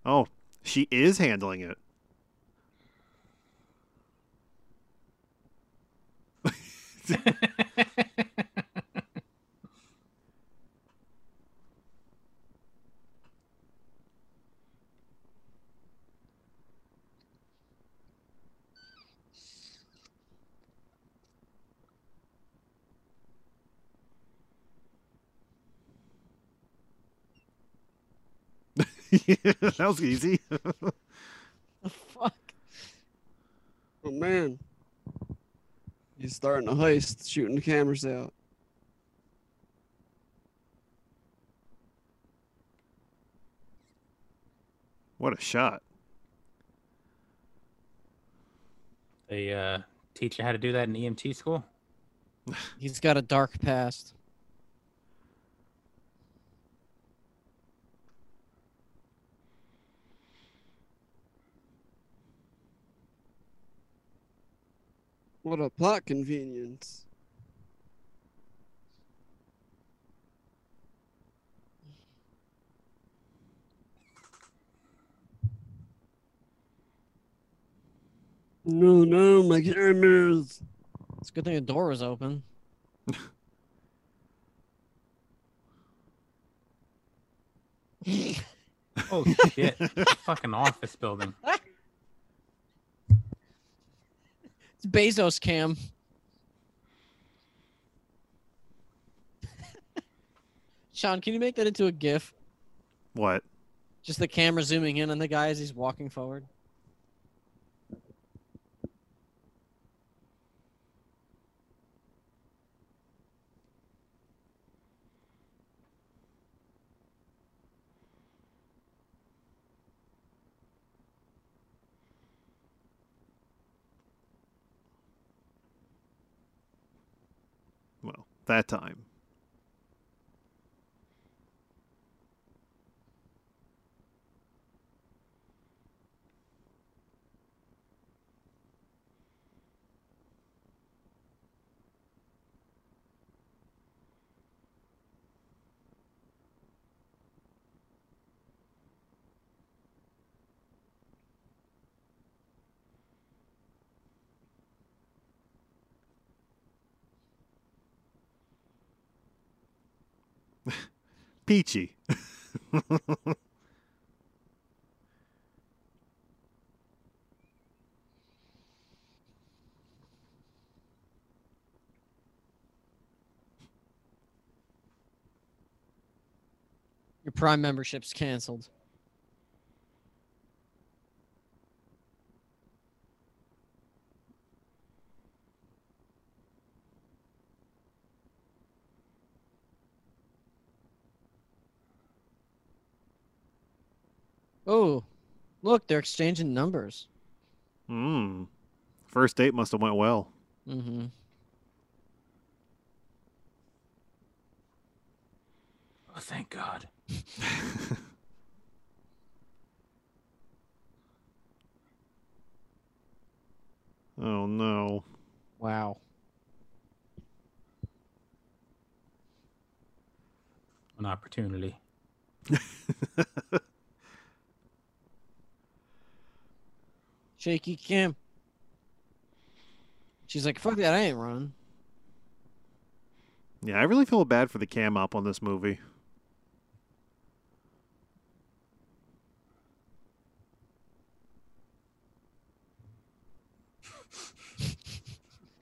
Speaker 5: Oh, she is handling it. that was easy.
Speaker 3: The fuck?
Speaker 6: Oh man. He's starting a heist, shooting the cameras out.
Speaker 5: what a shot.
Speaker 4: They uh, teach you how to do that in EMT school.
Speaker 3: He's got a dark past.
Speaker 6: What a plot convenience. No, no, my cameras.
Speaker 3: It's a good thing the door was open.
Speaker 4: Oh shit! Fucking office building.
Speaker 3: It's Bezos cam. Sean, can you make that into a GIF?
Speaker 5: What?
Speaker 3: Just the camera zooming in on the guy as he's walking forward.
Speaker 5: Well, that time. Peachy.
Speaker 3: Your Prime membership's canceled. Oh, look, they're exchanging numbers.
Speaker 5: Mm. First date must have went well.
Speaker 3: Mm-hmm.
Speaker 4: Oh, thank God.
Speaker 5: Oh no.
Speaker 3: Wow.
Speaker 4: An opportunity.
Speaker 3: Shaky Kim. She's like, fuck that, I ain't running.
Speaker 5: Yeah, I really feel bad for the cam up on this movie.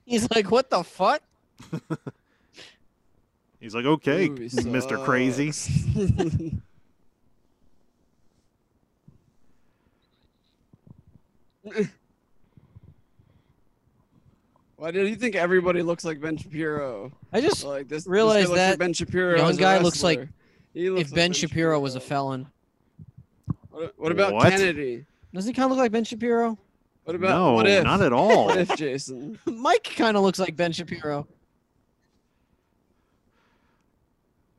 Speaker 3: He's like, what the fuck?
Speaker 5: He's like, okay,
Speaker 6: Movie
Speaker 5: Mr. Crazy.
Speaker 6: sucks. Why do you think everybody looks like Ben Shapiro?
Speaker 3: I just,
Speaker 6: Like this, this guy
Speaker 3: Realize
Speaker 6: looks like
Speaker 3: that
Speaker 6: Ben Shapiro.
Speaker 3: young
Speaker 6: as a
Speaker 3: guy looks like-
Speaker 6: wrestler. He looks
Speaker 3: if
Speaker 6: like
Speaker 3: Ben Shapiro was a felon,
Speaker 6: What, what about
Speaker 5: What?
Speaker 6: Kennedy?
Speaker 3: doesn't he kind of look like Ben Shapiro?
Speaker 6: What about
Speaker 5: No,
Speaker 6: what if?
Speaker 5: not at all.
Speaker 6: What if Jason?
Speaker 3: Mike kind of looks like Ben Shapiro.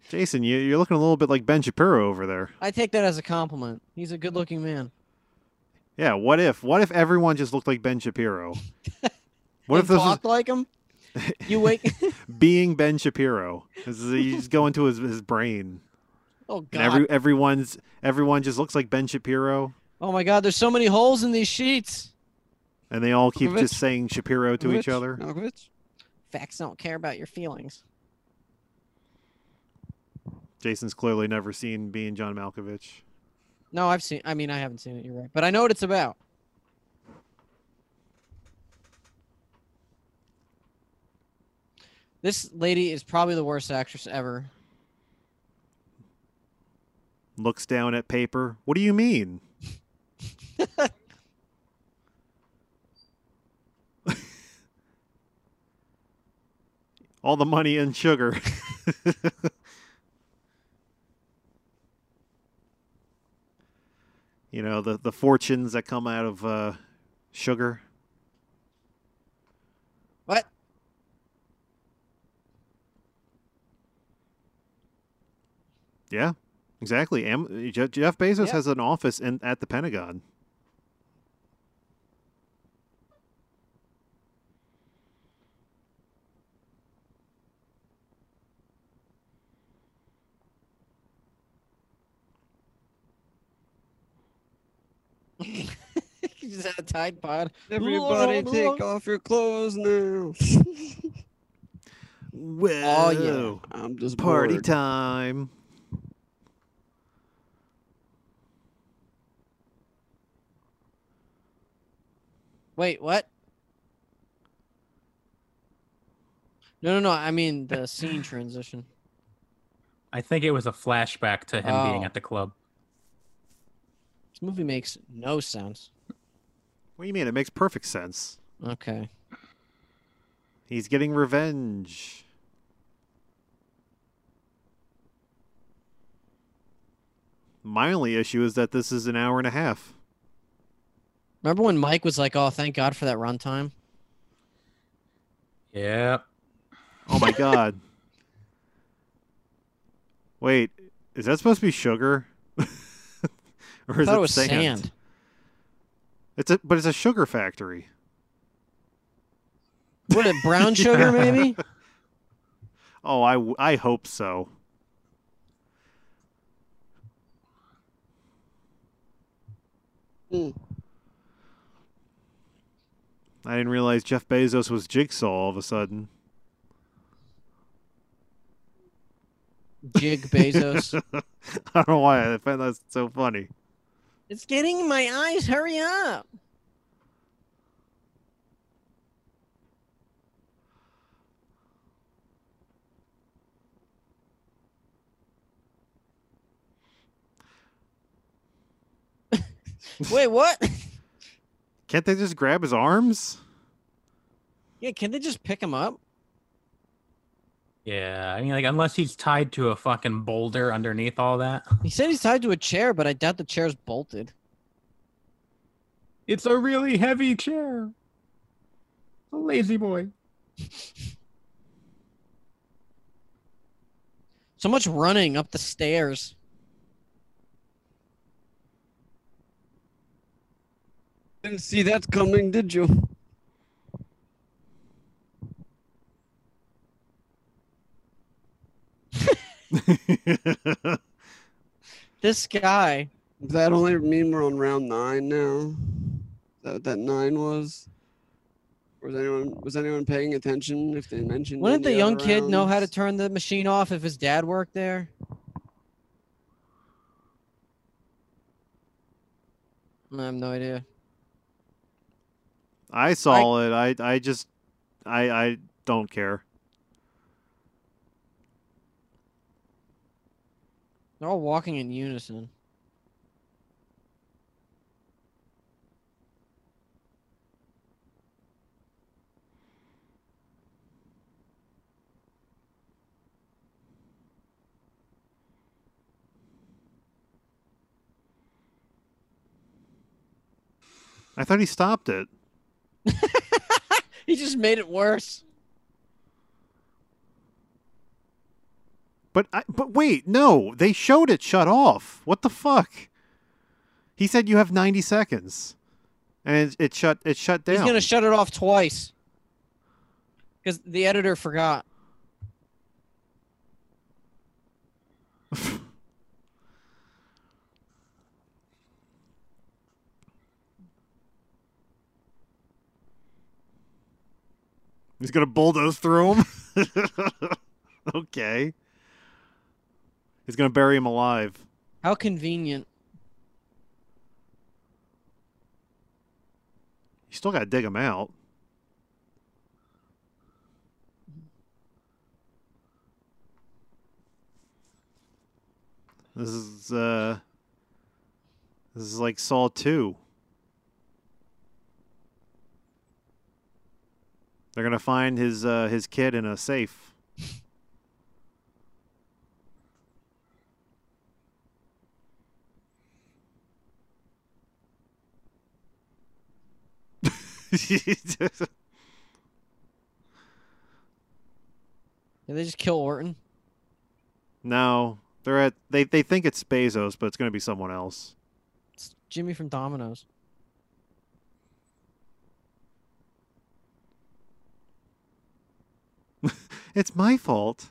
Speaker 5: Jason, you, you're looking a little bit like Ben Shapiro over there.
Speaker 3: I take that as a compliment. He's a good looking man.
Speaker 5: Yeah, what if? What if everyone just looked like Ben Shapiro? What
Speaker 3: And
Speaker 5: if this was
Speaker 3: talk like him? You wake.
Speaker 5: being Ben Shapiro? This is, you just go into his, his brain,
Speaker 3: oh, God.
Speaker 5: and every everyone's everyone just looks like Ben Shapiro,
Speaker 3: Oh, my God. There's so many holes in these sheets.
Speaker 5: and they all keep
Speaker 6: Malkovich?
Speaker 5: just saying Shapiro to each
Speaker 6: Malkovich?
Speaker 5: other.
Speaker 6: Malkovich?
Speaker 3: Facts don't care about your feelings.
Speaker 5: Jason's clearly never seen being John Malkovich.
Speaker 3: No, I've seen. I mean, I haven't seen it. You're right, but I know what it's about. This lady is probably the worst actress ever.
Speaker 5: Looks down at paper. What do you mean? all the money and sugar. you know the the fortunes that come out of uh, sugar.
Speaker 3: What?
Speaker 5: Yeah, exactly. Am- Je- Jeff Bezos
Speaker 3: Yeah.
Speaker 5: has an office in at the Pentagon.
Speaker 3: She's had a Tide Pod.
Speaker 6: Everybody, take off your clothes now.
Speaker 3: Oh,
Speaker 6: Oh,
Speaker 5: Well,
Speaker 6: I'm just
Speaker 5: Oh. Party
Speaker 6: bored.
Speaker 5: time.
Speaker 3: Wait, what? No, no, no. I mean the scene transition.
Speaker 4: I think it was a flashback to him being
Speaker 3: Oh.
Speaker 4: at the club.
Speaker 3: This movie makes no sense.
Speaker 5: What do you mean? It makes perfect sense.
Speaker 3: Okay.
Speaker 5: He's getting revenge. My only issue is that this is an hour and a half.
Speaker 3: Remember when Mike was like, "Oh, thank God for that runtime."
Speaker 4: Yep.
Speaker 5: Oh my god. Wait, is that supposed to be sugar? or
Speaker 3: I
Speaker 5: is
Speaker 3: thought
Speaker 5: it,
Speaker 3: it was
Speaker 5: sand?
Speaker 3: sand.
Speaker 5: It's a but it's a sugar factory.
Speaker 3: What, it brown sugar maybe?
Speaker 5: Oh, I, w- I hope so.
Speaker 6: Hmm.
Speaker 5: I didn't realize Jeff Bezos was Jigsaw all of a sudden.
Speaker 3: Jig Bezos.
Speaker 5: I don't know why I find that so funny.
Speaker 3: It's getting in my eyes. Hurry up. Wait, what?
Speaker 5: Can't they just grab his arms?
Speaker 3: Yeah, can they just pick him up?
Speaker 4: Yeah. I mean, like, unless he's tied to a fucking boulder underneath all that.
Speaker 3: He said he's tied to a chair, but I doubt the chair's bolted.
Speaker 4: It's a really heavy chair. A lazy boy.
Speaker 3: So much running up the stairs.
Speaker 6: Didn't see that coming, did you?
Speaker 3: This guy.
Speaker 6: Does that only mean we're on round nine now? Is that what that nine was? Was anyone was anyone paying attention if they mentioned?
Speaker 3: Wouldn't the
Speaker 6: any
Speaker 3: young
Speaker 6: other
Speaker 3: kid know how to
Speaker 6: rounds?
Speaker 3: turn the machine off if his dad worked there? I have no idea.
Speaker 5: I saw it. I I just I I don't care.
Speaker 3: They're all walking in unison.
Speaker 5: I thought he stopped it.
Speaker 3: He just made it worse.
Speaker 5: But I, but wait, no, they showed it shut off. What the fuck? He said you have 90 seconds, and it, it shut it shut down.
Speaker 3: He's gonna shut it off twice. Because the editor forgot.
Speaker 5: He's gonna bulldoze through him. okay. He's gonna bury him alive.
Speaker 3: How convenient.
Speaker 5: You still gotta dig him out. This is uh this is like Saw two. They're gonna find his uh his kid in a safe.
Speaker 3: Did they just kill Orton?
Speaker 5: no. They're at they, they think it's Bezos, but it's gonna be someone else.
Speaker 3: It's Jimmy from Domino's.
Speaker 5: It's my fault.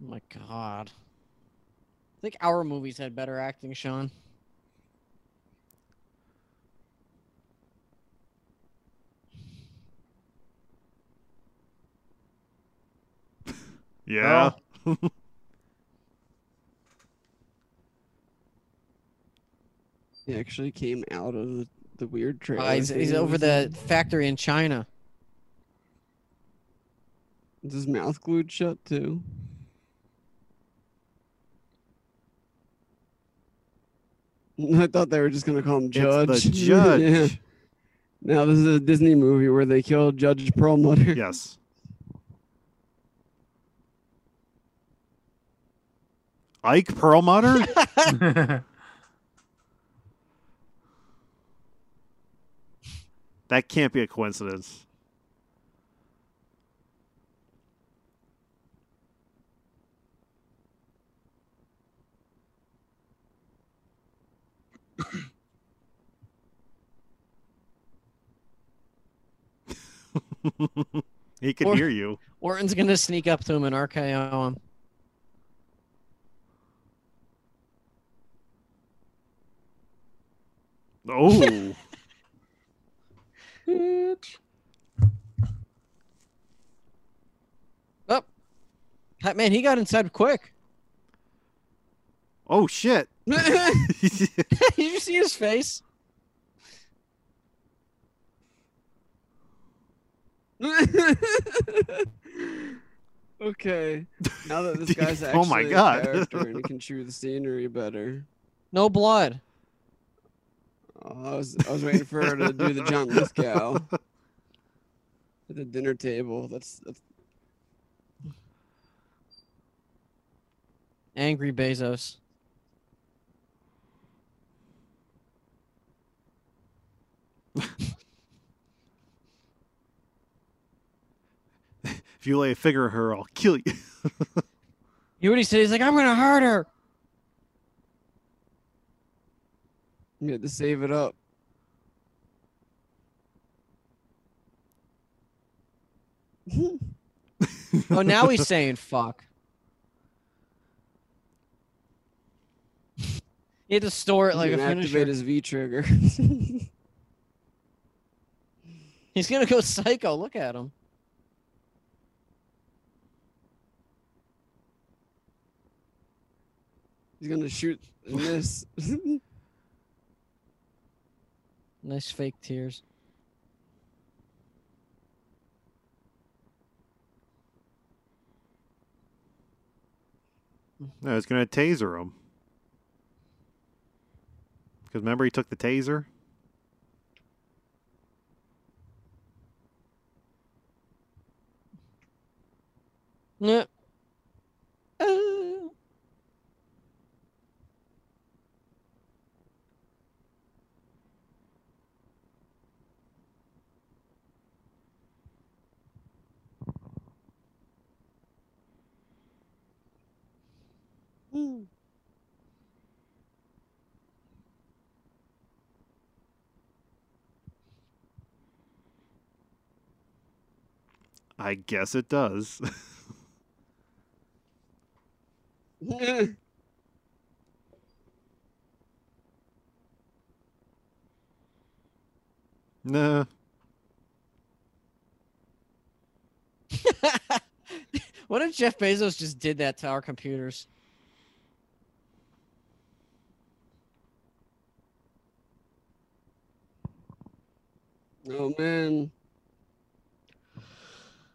Speaker 3: Oh my god. I think our movies had better acting, Sean.
Speaker 5: Yeah.
Speaker 6: He actually came out of the, the weird trailer.
Speaker 3: Uh, he's, he's
Speaker 6: thing
Speaker 3: over
Speaker 6: with
Speaker 3: the factory in China.
Speaker 6: Is his mouth glued shut too? I thought they were just gonna call him Judge.
Speaker 5: It's the
Speaker 6: Yeah.
Speaker 5: judge.
Speaker 6: Now this is a Disney movie where they killed Judge Perlmutter.
Speaker 5: Yes. Ike Perlmutter? that can't be a coincidence. he can
Speaker 3: Or-
Speaker 5: hear you.
Speaker 3: Orton's gonna sneak up to him and RKO him.
Speaker 5: Oh.
Speaker 3: Oh, That man, he got inside quick.
Speaker 5: oh shit.
Speaker 3: Did you see his face?
Speaker 6: okay. Now that this
Speaker 5: Dude,
Speaker 6: guy's actually
Speaker 5: oh my
Speaker 6: a
Speaker 5: God.
Speaker 6: character and he can chew the scenery better.
Speaker 3: No blood.
Speaker 6: Oh, I was I was waiting for her to do the John Lithgow at the dinner table. That's, that's
Speaker 3: Angry Bezos.
Speaker 5: If you lay a finger on her, I'll kill you.
Speaker 3: You already said he's like, I'm gonna hurt her.
Speaker 6: you had to save it up.
Speaker 3: oh, now he's saying fuck. He had to store it like
Speaker 6: you
Speaker 3: a
Speaker 6: can
Speaker 3: finisher.
Speaker 6: activate his V trigger.
Speaker 3: He's gonna go psycho. Look at him.
Speaker 6: He's gonna shoot and miss.
Speaker 3: Nice fake tears.
Speaker 5: No, it's gonna taser him. Because remember, he took the taser.
Speaker 3: Yeah. Uh,
Speaker 5: I guess it does. nah.
Speaker 3: what if Jeff Bezos just did that to our computers?
Speaker 6: oh man.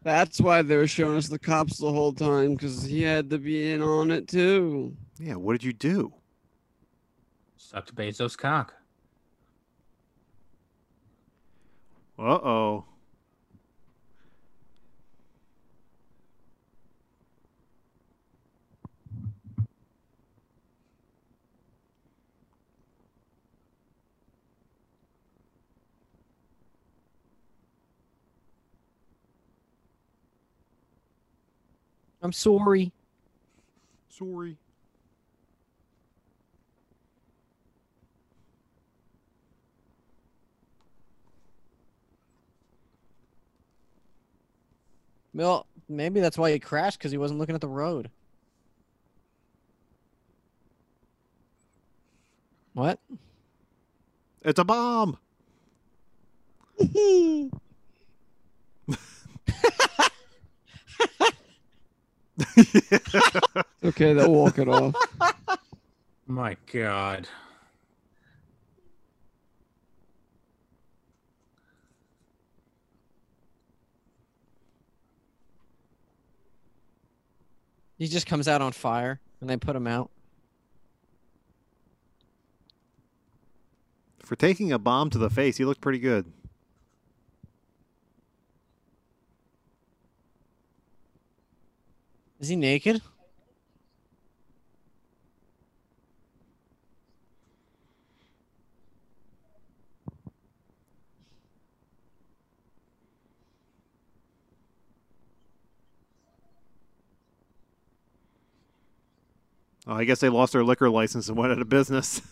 Speaker 6: That's why they were showing us the cops the whole time, because he had to be in on it too.
Speaker 5: Yeah. What did you do?
Speaker 4: Sucked Bezos' cock.
Speaker 5: Uh oh.
Speaker 3: I'm sorry.
Speaker 5: Sorry.
Speaker 3: Well, maybe that's why he crashed because he wasn't looking at the road. What?
Speaker 5: It's a bomb.
Speaker 6: Okay, they'll walk it off.
Speaker 4: My God.
Speaker 3: He just comes out on fire and they put him out.
Speaker 5: For taking a bomb to the face, he looked pretty good.
Speaker 3: Is he naked?
Speaker 5: Oh, I guess they lost their liquor license and went out of business.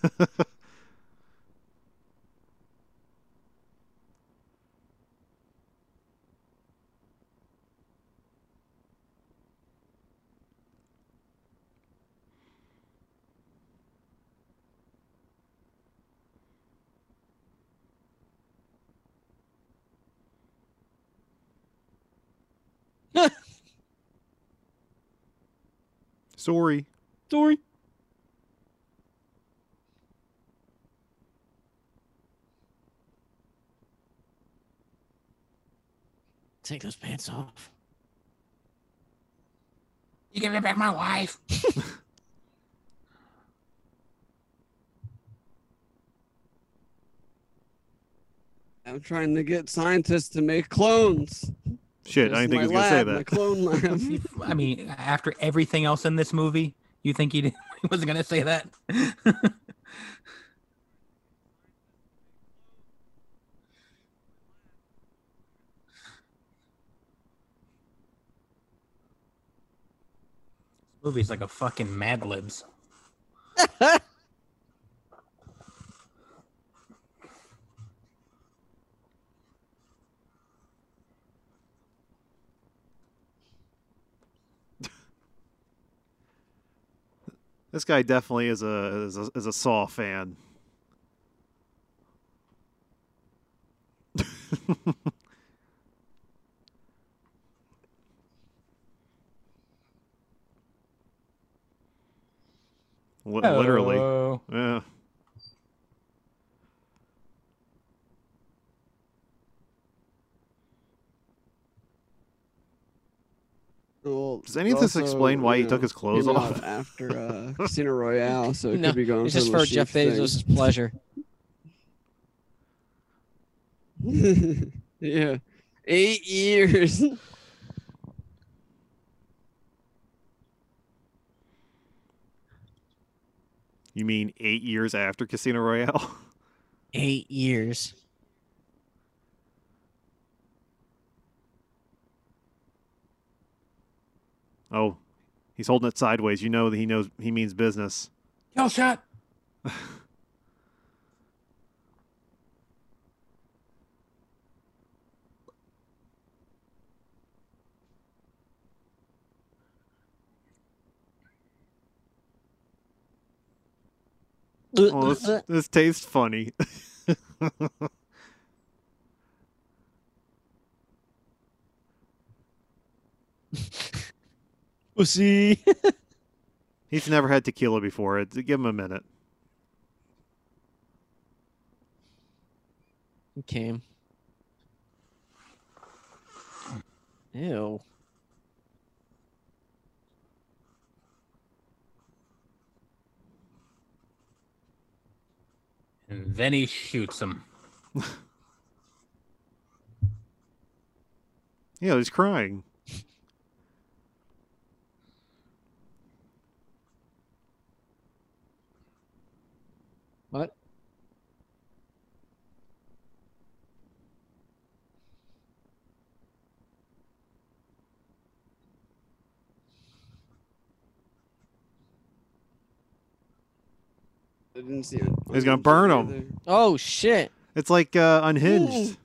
Speaker 5: Sorry.
Speaker 3: Sorry. Take those pants off.
Speaker 4: You give me back my wife.
Speaker 6: I'm trying to get scientists to make clones.
Speaker 5: Shit,
Speaker 6: There's
Speaker 5: I didn't think
Speaker 6: my
Speaker 5: he was gonna say
Speaker 6: lab,
Speaker 5: that.
Speaker 6: My clone lab.
Speaker 4: I mean, after everything else in this movie, you think he, did, he wasn't gonna say that? Movie's like a fucking Mad Libs.
Speaker 5: This guy definitely is a is a, is a Saw fan. Li- Literally,
Speaker 4: Hello.
Speaker 5: yeah.
Speaker 6: Well,
Speaker 5: Does any of this
Speaker 6: also,
Speaker 5: explain why
Speaker 6: you
Speaker 5: he took
Speaker 6: know,
Speaker 5: his clothes
Speaker 6: came
Speaker 5: off?
Speaker 6: out after uh, Casino Royale? So it
Speaker 3: No,
Speaker 6: could be going
Speaker 3: It's just
Speaker 6: for
Speaker 3: for
Speaker 6: the
Speaker 3: Jeff
Speaker 6: Lashif
Speaker 3: Bezos' pleasure.
Speaker 6: thing. yeah, eight years.
Speaker 5: You mean eight years after Casino Royale?
Speaker 3: Eight years.
Speaker 5: oh, he's holding it sideways. You know that he knows he means business.
Speaker 4: Kill shot.
Speaker 5: Oh, this, this tastes funny.
Speaker 3: Pussy.
Speaker 5: He's never had tequila before. It give him a minute.
Speaker 3: He came. Ew.
Speaker 4: And then he shoots him.
Speaker 5: Yeah, he's crying.
Speaker 3: What?
Speaker 6: I didn't see it.
Speaker 5: He's gonna burn 'em.
Speaker 6: him.
Speaker 3: Oh shit.
Speaker 5: It's like uh, unhinged.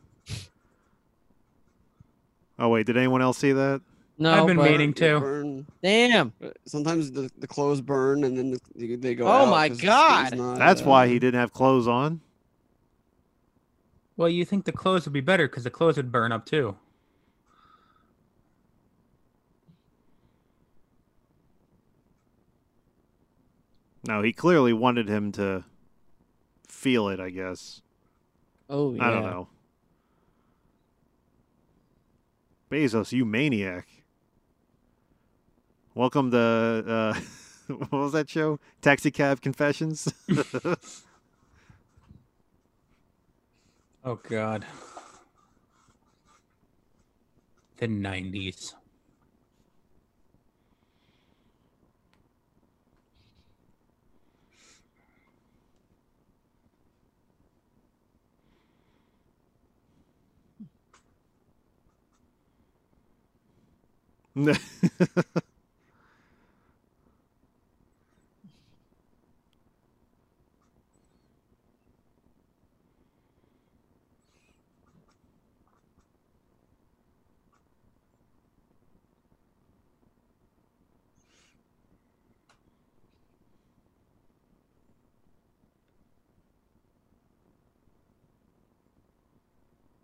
Speaker 5: Oh wait, did anyone else see that?
Speaker 3: No.
Speaker 4: I've been
Speaker 3: but-
Speaker 4: waiting too.
Speaker 3: Damn.
Speaker 6: But Sometimes the, the clothes burn and then the, they go.
Speaker 3: Oh
Speaker 6: out
Speaker 3: my
Speaker 6: 'cause it's
Speaker 3: God.
Speaker 6: not,
Speaker 5: That's
Speaker 6: uh,
Speaker 5: why he didn't have clothes on.
Speaker 4: Well, you think the clothes would be better because the clothes would burn up too.
Speaker 5: No, he clearly wanted him to feel it. I guess.
Speaker 3: Oh yeah.
Speaker 5: I don't know. Bezos, you maniac! Welcome to uh, what was that show? Taxi Cab Confessions.
Speaker 4: Oh God. The nineties.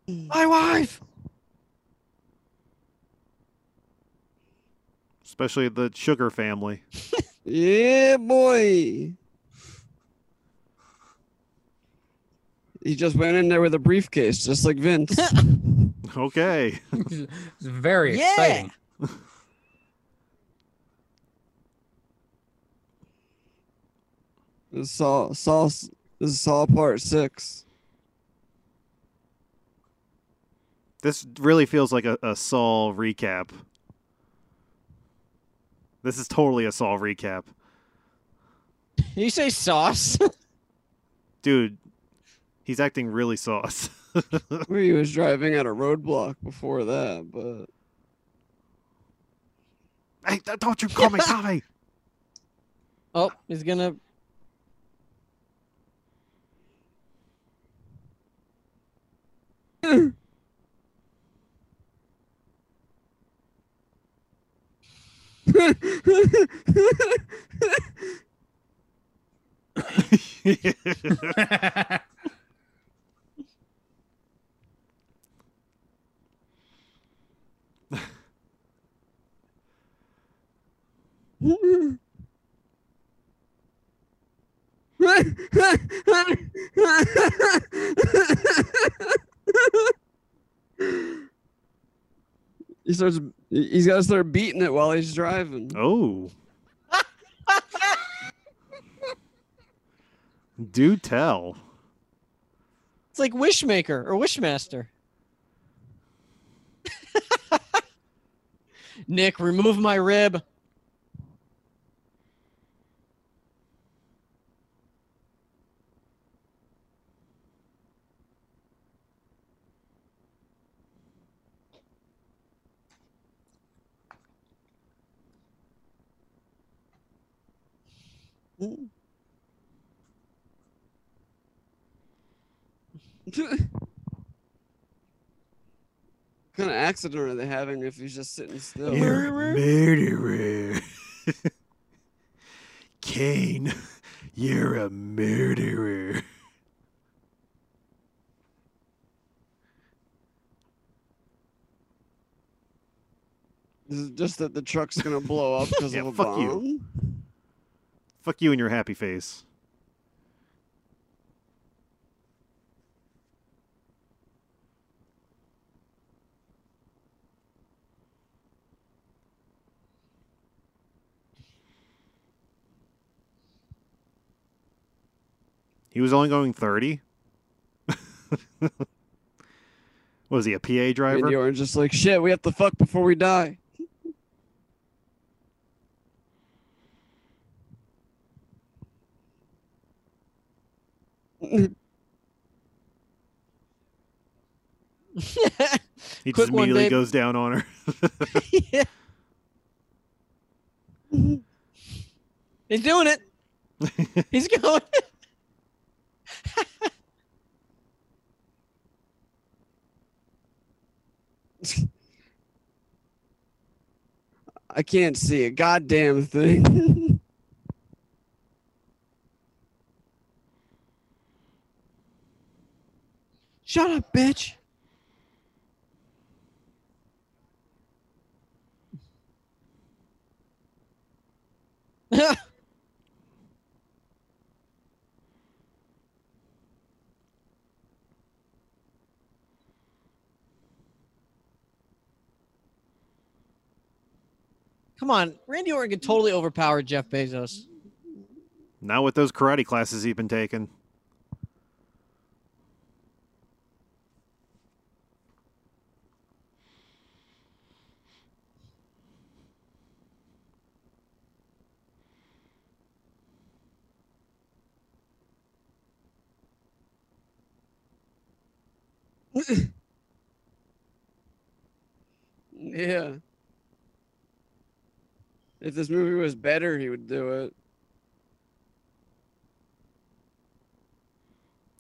Speaker 6: uh,
Speaker 3: My wife.
Speaker 5: Especially the Sugar family.
Speaker 6: Yeah, boy. He just went in there with a briefcase, just like Vince.
Speaker 5: Okay.
Speaker 4: it's very
Speaker 3: Yeah.
Speaker 4: exciting.
Speaker 6: This is Saw, Saw, this is Saw Part Six.
Speaker 5: This really feels like a, a Saul recap. This is totally a Saul recap.
Speaker 3: you say sauce?
Speaker 5: Dude, he's acting really sauce.
Speaker 6: Where he was driving at a roadblock before that, but
Speaker 5: hey, th- don't you call me Tommy!
Speaker 3: oh, he's gonna.
Speaker 6: he starts. He's got to start beating it while he's driving.
Speaker 5: oh. Do tell.
Speaker 3: It's like Wishmaker or Wishmaster. Nick, remove my rib.
Speaker 6: kind of accident are they having if he's just sitting still?
Speaker 3: Yeah. Murderer?
Speaker 5: murderer. Kane, you're a murderer.
Speaker 6: Is it just that the truck's gonna blow up because
Speaker 5: Yeah,
Speaker 6: of a
Speaker 5: fuck you.
Speaker 6: bomb?
Speaker 5: Fuck you and your happy face. He was only going 30. was he a PA
Speaker 6: And
Speaker 5: driver?
Speaker 6: you're just like, shit, we have to fuck before we die.
Speaker 5: He just
Speaker 3: Quick one,
Speaker 5: immediately
Speaker 3: babe.
Speaker 5: goes down on her.
Speaker 3: yeah. He's doing it. He's going.
Speaker 6: I can't see a goddamn thing.
Speaker 3: Shut up, bitch. Come on, Randy Orton could totally overpower Jeff Bezos.
Speaker 5: Not with those karate classes he's been taking.
Speaker 6: yeah. If this movie was better, he would do it.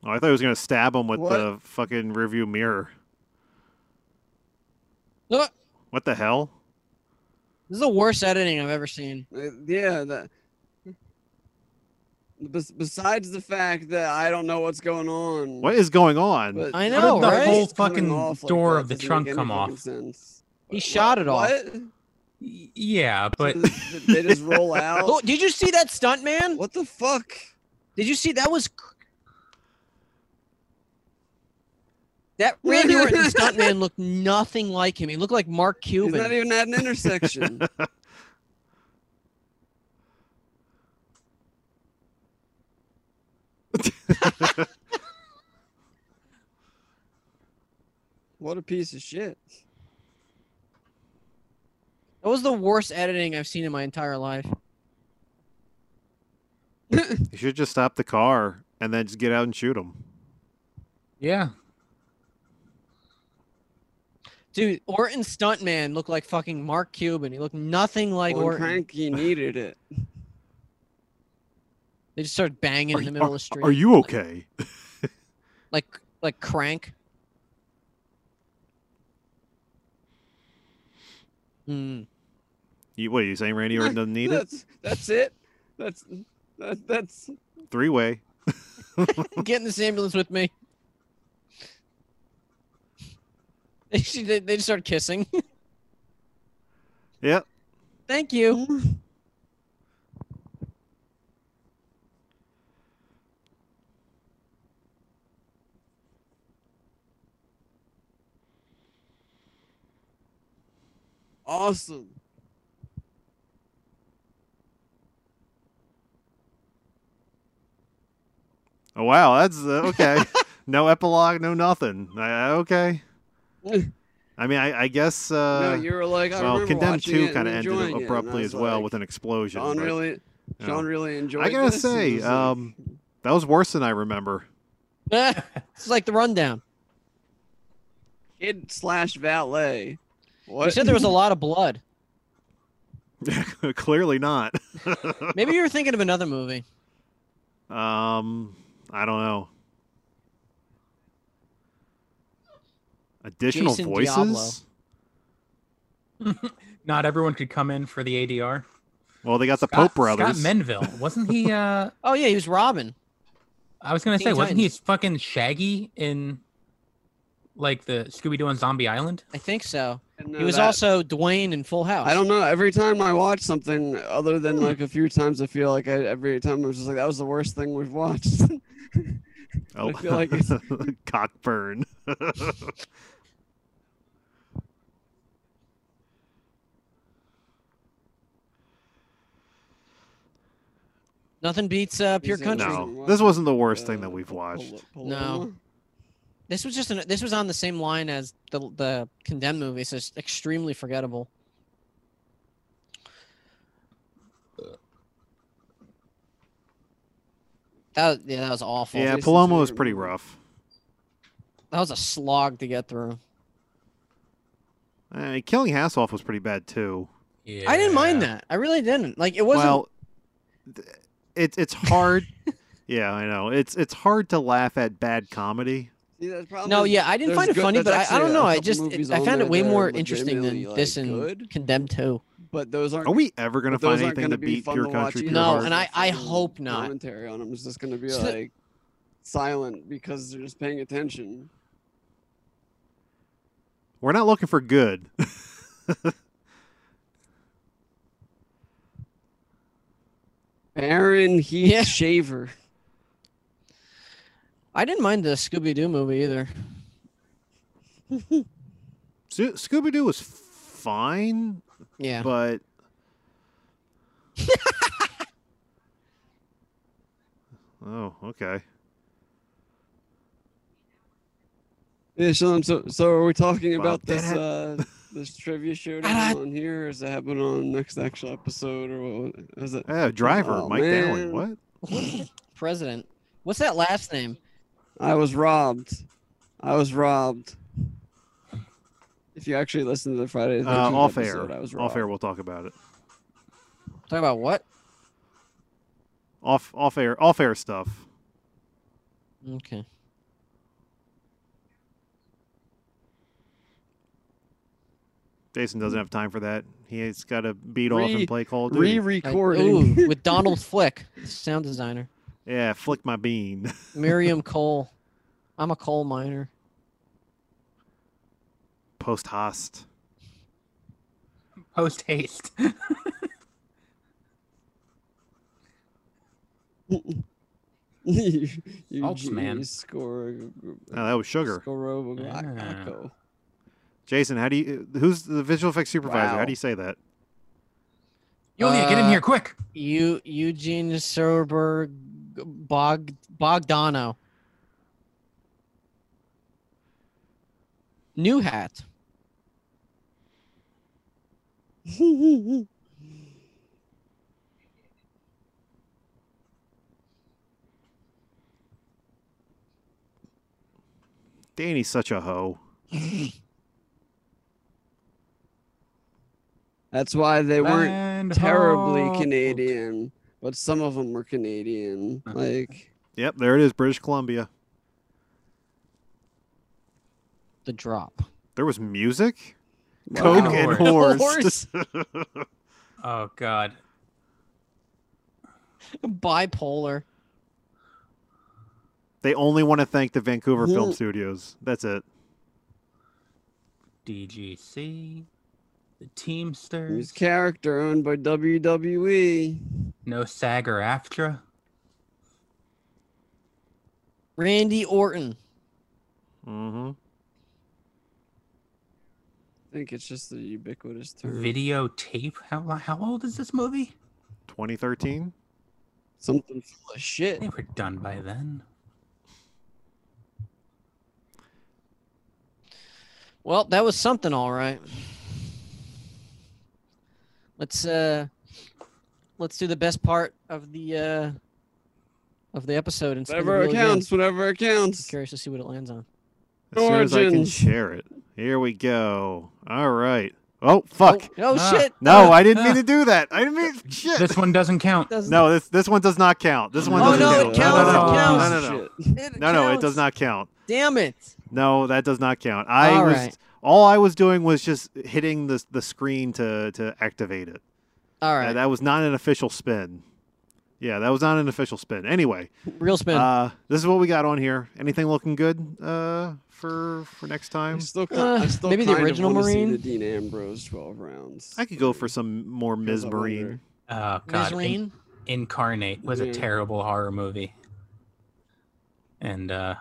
Speaker 5: Oh, I thought he was gonna stab him with
Speaker 6: What?
Speaker 5: the fucking rearview mirror.
Speaker 3: Look,
Speaker 5: What the hell?
Speaker 3: This is the worst editing I've ever seen.
Speaker 6: Uh, yeah, that. Bes- besides the fact that I don't know what's going on.
Speaker 5: What is going on?
Speaker 6: But
Speaker 3: I
Speaker 6: how
Speaker 3: know,
Speaker 6: did the
Speaker 3: right?
Speaker 6: whole
Speaker 4: It's coming
Speaker 6: fucking
Speaker 4: off like
Speaker 6: door
Speaker 4: that
Speaker 6: of the
Speaker 4: doesn't
Speaker 6: trunk
Speaker 4: make any
Speaker 6: come
Speaker 4: fucking
Speaker 6: off.
Speaker 3: He shot it off.
Speaker 4: yeah, but
Speaker 6: they just roll
Speaker 3: Oh,
Speaker 6: out.
Speaker 3: did you see that stunt man?
Speaker 6: What the fuck?
Speaker 3: Did you see that was that Randy Orton stuntman looked nothing like him. He looked like Mark
Speaker 6: He's not
Speaker 3: Cuban.
Speaker 6: even at an intersection. what a piece of shit.
Speaker 3: That was the worst editing I've seen in my entire life.
Speaker 5: You should just stop the car and then just get out and shoot him.
Speaker 4: yeah,
Speaker 3: Dude, Orton's stuntman looked like fucking Mark Cuban. He looked nothing like
Speaker 6: Well,
Speaker 3: Orton.
Speaker 6: Cranky needed it.
Speaker 3: They just started banging
Speaker 5: Are
Speaker 3: in the
Speaker 5: you-
Speaker 3: middle of the street.
Speaker 5: Are you okay?
Speaker 3: like like crank? Hmm.
Speaker 5: You, what are you saying? Randy Orton doesn't need it.
Speaker 6: That's that's it. That's that, that's
Speaker 5: three way.
Speaker 3: Get in this ambulance with me. They should- they they just start kissing.
Speaker 5: Yep.
Speaker 3: Thank you.
Speaker 6: Awesome.
Speaker 5: Oh wow, that's uh, okay. no epilogue, no nothing. I, I- okay. I mean, I, I guess. Uh,
Speaker 6: no, you were like, I
Speaker 5: well,
Speaker 6: remember
Speaker 5: Condemned
Speaker 6: watching
Speaker 5: Two
Speaker 6: it
Speaker 5: kind
Speaker 6: and
Speaker 5: of ended
Speaker 6: enjoying it, and I
Speaker 5: abruptly
Speaker 6: was
Speaker 5: as well
Speaker 6: like,
Speaker 5: with an explosion.
Speaker 6: Sean
Speaker 5: but,
Speaker 6: really,
Speaker 5: you know,
Speaker 6: Sean really enjoyed.
Speaker 5: gotta
Speaker 6: this," and
Speaker 5: say,
Speaker 6: it was like-
Speaker 5: um, that was worse than I remember.
Speaker 3: it's like the rundown.
Speaker 6: kid slash valet.
Speaker 3: You
Speaker 6: What?
Speaker 3: said there was a lot of blood.
Speaker 5: Clearly not.
Speaker 3: Maybe you were thinking of another movie.
Speaker 5: um, I don't know. Additional
Speaker 3: Jason
Speaker 5: voices.
Speaker 3: Diablo.
Speaker 4: Not everyone could come in for the ADR.
Speaker 5: Well, they got the
Speaker 4: Scott-
Speaker 5: Pope brothers.
Speaker 4: Scott Menville wasn't he? Uh,
Speaker 3: Oh yeah, he was Robin.
Speaker 4: I was gonna say
Speaker 3: Teen
Speaker 4: wasn't he fucking Shaggy in like the Scooby Doo on Zombie Island?
Speaker 3: I think so.
Speaker 6: I didn't
Speaker 3: He
Speaker 6: know
Speaker 3: was
Speaker 6: that.
Speaker 3: also Dwayne in Full House.
Speaker 6: I don't know. Every time I watch something, other than like a few times, I feel like I, every time I'm just like, that was the worst thing we've watched.
Speaker 5: Oh,
Speaker 6: I feel like it's-
Speaker 5: cockburn.
Speaker 3: Nothing beats uh, pure
Speaker 6: Is it-
Speaker 3: country.
Speaker 5: no,
Speaker 6: Country.
Speaker 5: this wasn't the worst thing
Speaker 6: Uh,
Speaker 5: that we've
Speaker 6: Pol-
Speaker 5: watched.
Speaker 6: Pol-
Speaker 3: No. This was just an, this was on the same line as the the condemned movie, so it's extremely forgettable. That yeah, that was awful.
Speaker 5: Yeah,
Speaker 6: Jason's
Speaker 5: Palomo was
Speaker 6: favorite
Speaker 5: pretty
Speaker 6: movie.
Speaker 5: rough.
Speaker 3: That was a slog to get through.
Speaker 5: Uh, Killing Hasselhoff was pretty bad too.
Speaker 4: Yeah.
Speaker 3: I didn't mind that. I really didn't. Like it wasn't
Speaker 5: well, th- it's it's hard. yeah, I know. It's it's hard to laugh at bad comedy.
Speaker 6: See, that's probably
Speaker 3: No, yeah, I didn't
Speaker 6: there's
Speaker 3: find it
Speaker 6: good-
Speaker 3: funny,
Speaker 6: there's
Speaker 3: but I, I
Speaker 6: actually
Speaker 3: don't
Speaker 6: a
Speaker 3: know. I
Speaker 6: couple
Speaker 3: just
Speaker 6: movies
Speaker 3: it, I
Speaker 6: on
Speaker 3: found
Speaker 6: there
Speaker 3: it way
Speaker 6: that are
Speaker 3: more interesting than
Speaker 6: legitimately, like,
Speaker 3: this and
Speaker 6: good,
Speaker 3: Condemned 2.
Speaker 6: but those aren't.
Speaker 5: Are we ever gonna
Speaker 6: but those
Speaker 5: find
Speaker 6: aren't
Speaker 5: anything
Speaker 6: gonna
Speaker 5: to
Speaker 6: be
Speaker 5: beat
Speaker 6: fun
Speaker 5: Pure
Speaker 6: to watch
Speaker 5: Country?
Speaker 6: either
Speaker 5: Pure
Speaker 3: No,
Speaker 5: Heart?
Speaker 6: because
Speaker 3: and I-
Speaker 6: the
Speaker 3: I
Speaker 6: fucking
Speaker 3: hope not.
Speaker 6: Commentary on them is just gonna be
Speaker 3: So-
Speaker 6: like silent because they're just paying attention.
Speaker 5: We're not looking for good.
Speaker 6: Baron Heath
Speaker 3: Yeah.
Speaker 6: Shaver.
Speaker 3: I didn't mind the Scooby Doo movie either.
Speaker 5: Scooby Doo was fine,
Speaker 3: Yeah.
Speaker 5: but oh, okay.
Speaker 6: Yeah, Sean. So, so are we talking
Speaker 5: Wow,
Speaker 6: about this
Speaker 5: that-
Speaker 6: uh, this trivia showdown on here? Or is it happening on next actual episode, or what was- is it?
Speaker 5: Yeah, driver
Speaker 6: Oh,
Speaker 5: Mike Dowling.
Speaker 6: man.
Speaker 5: What?
Speaker 3: President. What's that last name?
Speaker 6: I was robbed. I was robbed. If you actually listen to the Friday the
Speaker 5: Uh,
Speaker 6: 13th
Speaker 5: off
Speaker 6: episode,
Speaker 5: air.
Speaker 6: I was
Speaker 5: Off air.
Speaker 6: robbed.
Speaker 5: We'll talk about it.
Speaker 3: Talk about what?
Speaker 5: Off off air. Off air stuff.
Speaker 3: Okay.
Speaker 5: Jason doesn't have time for that. He's got to beat off
Speaker 6: Re-
Speaker 5: and play Call of Duty.
Speaker 6: Re-recording.
Speaker 3: ooh, with Donald Flick, sound designer.
Speaker 5: yeah, flick my bean.
Speaker 3: Miriam Cole. I'm a coal miner.
Speaker 5: Post host.
Speaker 4: Post haste.
Speaker 6: you,
Speaker 4: Salts, man.
Speaker 6: Score,
Speaker 5: Oh, that was sugar.
Speaker 4: Yeah.
Speaker 6: Scorobo,
Speaker 5: Jason, how do you? uh, Who's the visual effects supervisor? How
Speaker 6: Wow.
Speaker 5: do you say that?
Speaker 4: Yulia, get in
Speaker 3: Uh,
Speaker 4: here quick.
Speaker 3: You Eugene Serber Bog Bogdano. New hat.
Speaker 5: Danny's such a hoe.
Speaker 6: That's why they weren't
Speaker 4: And
Speaker 6: terribly
Speaker 4: hold.
Speaker 6: Canadian, but some of them were Canadian.
Speaker 4: Uh-huh.
Speaker 6: Like
Speaker 5: Yep, there it is, British Columbia.
Speaker 3: The drop.
Speaker 5: There was music,
Speaker 6: wow.
Speaker 5: coke, and
Speaker 3: Wow.
Speaker 5: horse.
Speaker 4: Oh god.
Speaker 3: Bipolar.
Speaker 5: They only want to thank the Vancouver Film
Speaker 6: Yeah.
Speaker 5: Studios. That's it.
Speaker 4: DGC, the
Speaker 6: He was
Speaker 4: Teamsters,
Speaker 6: character owned by E. WWE.
Speaker 4: no SAG or AFTRA.
Speaker 3: Randy Orton.
Speaker 5: Mm-hmm.
Speaker 6: I think it's just the ubiquitous term.
Speaker 4: Videotape. How li- how old is this movie?
Speaker 5: 2013.
Speaker 6: Something full of shit.
Speaker 4: They were done by then.
Speaker 3: Well, that was something, all right. Let's uh, let's do the best part of the uh, of the episode and spin the
Speaker 6: Whatever
Speaker 3: wheel again.
Speaker 6: accounts, whatever accounts.
Speaker 3: Curious to see what it lands on.
Speaker 5: As soon as I can
Speaker 6: Origins.
Speaker 5: share it. Here we go. All right. Oh fuck.
Speaker 3: Oh, oh,
Speaker 4: Ah.
Speaker 3: shit!
Speaker 5: No,
Speaker 3: Uh,
Speaker 5: I didn't mean
Speaker 4: ah.
Speaker 5: to do that. I didn't mean shit.
Speaker 4: This one doesn't count.
Speaker 3: doesn't-
Speaker 5: no, this this one does not count. This one
Speaker 3: Oh,
Speaker 5: doesn't
Speaker 3: no,
Speaker 5: count.
Speaker 3: it counts,
Speaker 5: No, no,
Speaker 3: it
Speaker 5: no,
Speaker 3: counts.
Speaker 5: No, no, no.
Speaker 6: Shit.
Speaker 5: No, no, it does
Speaker 3: counts.
Speaker 5: not count.
Speaker 3: Damn it!
Speaker 5: No, that does not count. I
Speaker 3: All
Speaker 5: was
Speaker 3: right.
Speaker 5: all I was doing was just hitting the the screen to to activate it.
Speaker 3: All
Speaker 5: Uh,
Speaker 3: right,
Speaker 5: that was not an official spin. Yeah, that was not an official spin. Anyway,
Speaker 3: real spin.
Speaker 5: uh, this is what we got on here. Anything looking good uh, for for next
Speaker 6: I
Speaker 5: time?
Speaker 6: still, ki-
Speaker 3: Uh,
Speaker 6: I still
Speaker 3: maybe the
Speaker 6: kind of
Speaker 3: original
Speaker 6: wanna see
Speaker 3: Marine?
Speaker 6: the Dean Ambrose 12 rounds.
Speaker 5: I could go for some more Ms.
Speaker 6: I
Speaker 5: Marine.
Speaker 6: wonder.
Speaker 4: Oh god. In-
Speaker 3: Nazarene.
Speaker 4: Incarnate was a
Speaker 6: Yeah.
Speaker 4: terrible horror movie. And uh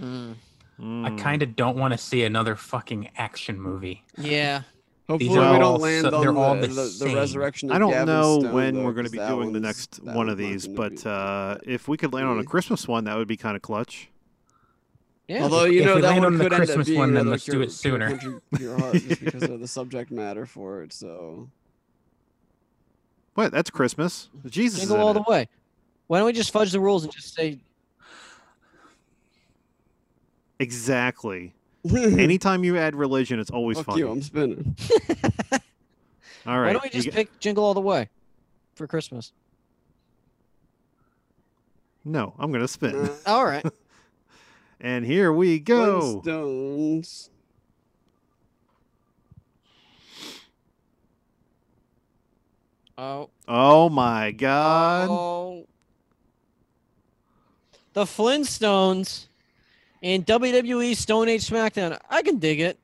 Speaker 3: Mm.
Speaker 4: I
Speaker 6: Hmm.
Speaker 5: Mm.
Speaker 4: kind of don't want to see another fucking action movie.
Speaker 3: Yeah.
Speaker 6: Hopefully,
Speaker 4: are
Speaker 6: we
Speaker 4: all
Speaker 6: don't land
Speaker 4: so-
Speaker 6: on
Speaker 4: they're
Speaker 6: the,
Speaker 4: all the
Speaker 6: the, the
Speaker 4: same.
Speaker 6: resurrection.
Speaker 5: I
Speaker 6: of
Speaker 5: don't
Speaker 6: Gavin
Speaker 5: know
Speaker 6: Stone,
Speaker 5: when
Speaker 6: though,
Speaker 5: we're going to
Speaker 6: 'cause
Speaker 5: be
Speaker 6: that
Speaker 5: doing the
Speaker 6: one's-
Speaker 5: next
Speaker 6: that
Speaker 5: one of
Speaker 6: one's not
Speaker 5: these,
Speaker 6: gonna be
Speaker 5: but
Speaker 6: that
Speaker 5: uh,
Speaker 6: bad.
Speaker 5: if we could land on a
Speaker 6: Really?
Speaker 5: Christmas one, that would be kind of clutch.
Speaker 3: Yeah.
Speaker 6: Although
Speaker 4: If-
Speaker 6: you
Speaker 4: if
Speaker 6: know
Speaker 4: we
Speaker 6: that
Speaker 4: land
Speaker 6: one
Speaker 4: on the
Speaker 6: could end up
Speaker 4: Christmas
Speaker 6: being
Speaker 4: one, then
Speaker 6: another
Speaker 4: let's do
Speaker 6: Cure-
Speaker 4: it sooner.
Speaker 6: Cure Country, Cure Heart, just because of the subject matter for it. So
Speaker 5: What? That's Christmas. Jesus. is
Speaker 3: Jingle
Speaker 5: in
Speaker 3: all
Speaker 5: it.
Speaker 3: the way. Why don't we just fudge the rules and just say
Speaker 5: Exactly.
Speaker 6: fuck
Speaker 5: Anytime you add religion, it's always fun.
Speaker 6: you, I'm spinning.
Speaker 5: All right.
Speaker 3: Why don't we
Speaker 5: we
Speaker 3: just
Speaker 5: get-
Speaker 3: pick Jingle All the Way for Christmas?
Speaker 5: No, I'm going to spin.
Speaker 6: Uh,
Speaker 3: All right.
Speaker 5: and here we go.
Speaker 6: Flintstones.
Speaker 3: oh.
Speaker 5: Oh my god.
Speaker 3: oh. The Flintstones and WWE Stone Age SmackDown. I can dig it.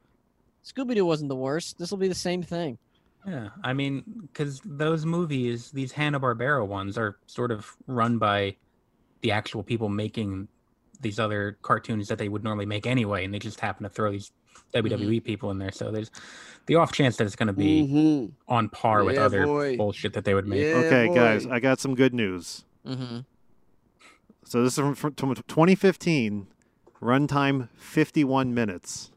Speaker 3: Scooby Doo wasn't the worst. This will be the same thing.
Speaker 4: Yeah, I mean, because those movies, these Hanna Barbera ones, are sort of run by the actual people making these other cartoons that they would normally make anyway, and they just happen to throw these
Speaker 6: Mm-hmm.
Speaker 4: WWE people in there. So there's the off chance that it's going to be
Speaker 6: Mhm.
Speaker 4: on par with
Speaker 6: Yeah,
Speaker 4: other
Speaker 6: boy.
Speaker 4: bullshit that they would make.
Speaker 6: Yeah,
Speaker 5: okay, guys,
Speaker 6: boy.
Speaker 5: I got some good news.
Speaker 3: Mm-hmm.
Speaker 5: So this is from, from 2015, runtime 51 minutes.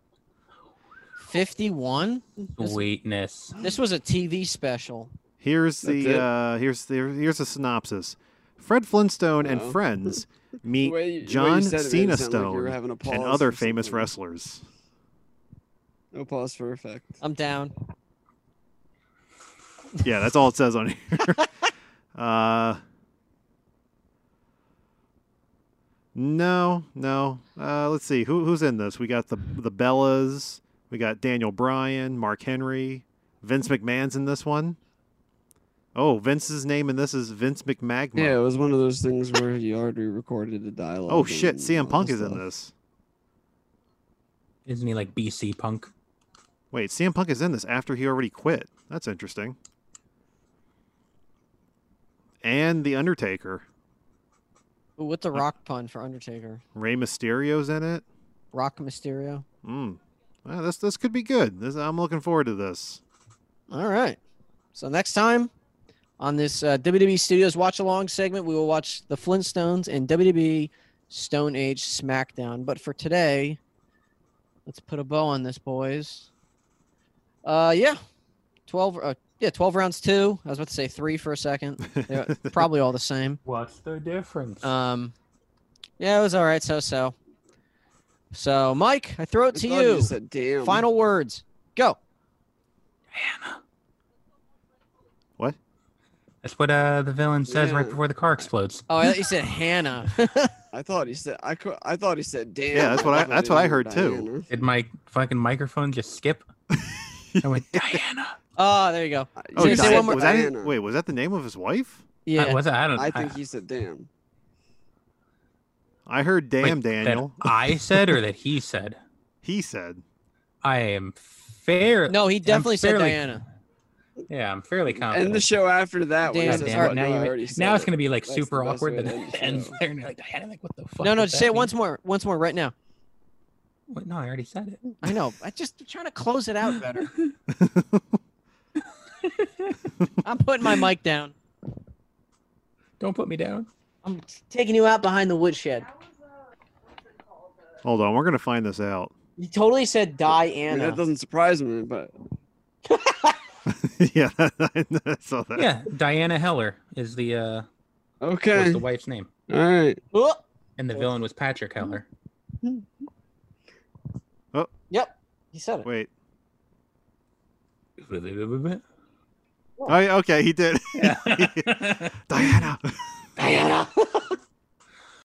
Speaker 3: 51?
Speaker 4: Sweetness.
Speaker 3: This was a TV special.
Speaker 5: Here's
Speaker 6: That's
Speaker 5: the
Speaker 6: it?
Speaker 5: uh, here's the here's a synopsis. Fred Flintstone and
Speaker 6: Wow.
Speaker 5: friends
Speaker 6: The
Speaker 5: meet
Speaker 6: way you- the way you
Speaker 5: John
Speaker 6: said it made it
Speaker 5: Cena
Speaker 6: sound like you were
Speaker 5: Stone
Speaker 6: having a
Speaker 5: and
Speaker 6: pause
Speaker 5: other
Speaker 6: for
Speaker 5: famous
Speaker 6: something.
Speaker 5: wrestlers.
Speaker 6: No pause for effect.
Speaker 3: I'm down.
Speaker 5: Yeah, that's all it says on here. uh, no, no. Uh, let's see who who's in this. We got the the Bellas. We got Daniel Bryan, Mark Henry, Vince McMahon's in this one. Oh, Vince's name in this is Vince McMagma.
Speaker 6: Yeah, it was one of those things where he already recorded the dialogue.
Speaker 5: oh shit,
Speaker 6: and
Speaker 5: CM
Speaker 6: all
Speaker 5: Punk
Speaker 6: that
Speaker 5: is in
Speaker 6: stuff.
Speaker 5: this.
Speaker 4: Isn't he like BC punk?
Speaker 5: Wait, CM Punk is in this after he already quit. That's interesting. And the Undertaker,
Speaker 3: Ooh, what's a rock pun for Undertaker?
Speaker 5: Rey Mysterio's in it.
Speaker 3: Rock Mysterio.
Speaker 5: Mm. Well, this this could be good. This, I'm looking forward to this.
Speaker 3: All right. So next time on this uh, WWE Studios Watch Along segment, we will watch the Flintstones and WWE Stone Age SmackDown. But for today, let's put a bow on this, boys. Uh, yeah, twelve. Uh, yeah, twelve rounds two. I was about to say three for a second. They're probably all the same.
Speaker 4: What's the difference?
Speaker 6: Uh,
Speaker 3: Um, yeah, it was all right. So so. So Mike, I throw it
Speaker 6: I
Speaker 3: to
Speaker 6: thought
Speaker 3: you.
Speaker 6: said, Damn.
Speaker 3: Final words. Go.
Speaker 5: What?
Speaker 4: That's what uh, the villain says right
Speaker 6: Yeah.
Speaker 4: before the car explodes.
Speaker 3: Oh, I thought you said Hannah.
Speaker 6: I thought he said. I cou- I thought he said. Damn.
Speaker 5: that's what I-
Speaker 6: thought
Speaker 5: that's
Speaker 6: he
Speaker 5: what I
Speaker 6: said
Speaker 5: heard, too.
Speaker 6: Diana.
Speaker 4: Did my fucking microphone just skip? I went, Diana.
Speaker 3: Oh, there you go.
Speaker 6: I-
Speaker 5: Oh,
Speaker 3: Say-
Speaker 6: you
Speaker 3: say
Speaker 5: Di-
Speaker 6: said
Speaker 3: one more-
Speaker 5: Oh, was that his-
Speaker 6: Diana.
Speaker 5: wait, was that the name of his wife?
Speaker 4: I,
Speaker 3: Yeah.
Speaker 4: was I don't.
Speaker 6: I think he said, "Damn."
Speaker 5: I heard,
Speaker 4: like,
Speaker 5: damn,
Speaker 4: that
Speaker 5: Daniel.
Speaker 4: I said or that he said.
Speaker 5: He said,
Speaker 4: I am fair.
Speaker 3: No, he
Speaker 4: I'm
Speaker 3: definitely said
Speaker 4: fairly-
Speaker 3: Diana.
Speaker 4: Yeah, I'm fairly confident.
Speaker 6: And the show after that
Speaker 3: Damn,
Speaker 6: was oh,
Speaker 4: God
Speaker 3: is
Speaker 4: damn
Speaker 3: what-
Speaker 4: it, now, you- now it's gonna be like
Speaker 6: That's the
Speaker 4: super
Speaker 6: best
Speaker 4: awkward.
Speaker 6: way
Speaker 4: That
Speaker 6: to end
Speaker 4: it
Speaker 6: the
Speaker 4: ends
Speaker 6: show.
Speaker 4: there and you're like, Diana, like what the fuck?
Speaker 3: No, no,
Speaker 4: does
Speaker 3: just
Speaker 4: that
Speaker 3: say it
Speaker 4: mean?"
Speaker 3: once more. Once more right now.
Speaker 4: Wait, no, I already said it.
Speaker 3: I know. I just I'm trying to close it out better. I'm putting my mic down.
Speaker 4: Don't put me down.
Speaker 3: I'm taking you out behind the woodshed.
Speaker 5: hold on, we're going to find this out.
Speaker 3: You totally said
Speaker 6: I mean, that
Speaker 3: Diana.
Speaker 6: doesn't surprise me, but
Speaker 5: yeah, I saw that.
Speaker 4: Yeah, Diana Heller is the uh was
Speaker 6: okay,
Speaker 4: the wife's name,
Speaker 6: all right.
Speaker 3: Oh,
Speaker 4: and the villain was Patrick Heller.
Speaker 3: yep. He said it.
Speaker 5: Wait.
Speaker 4: Yeah.
Speaker 5: Oh, yeah, okay, he did. Diana.
Speaker 3: Diana.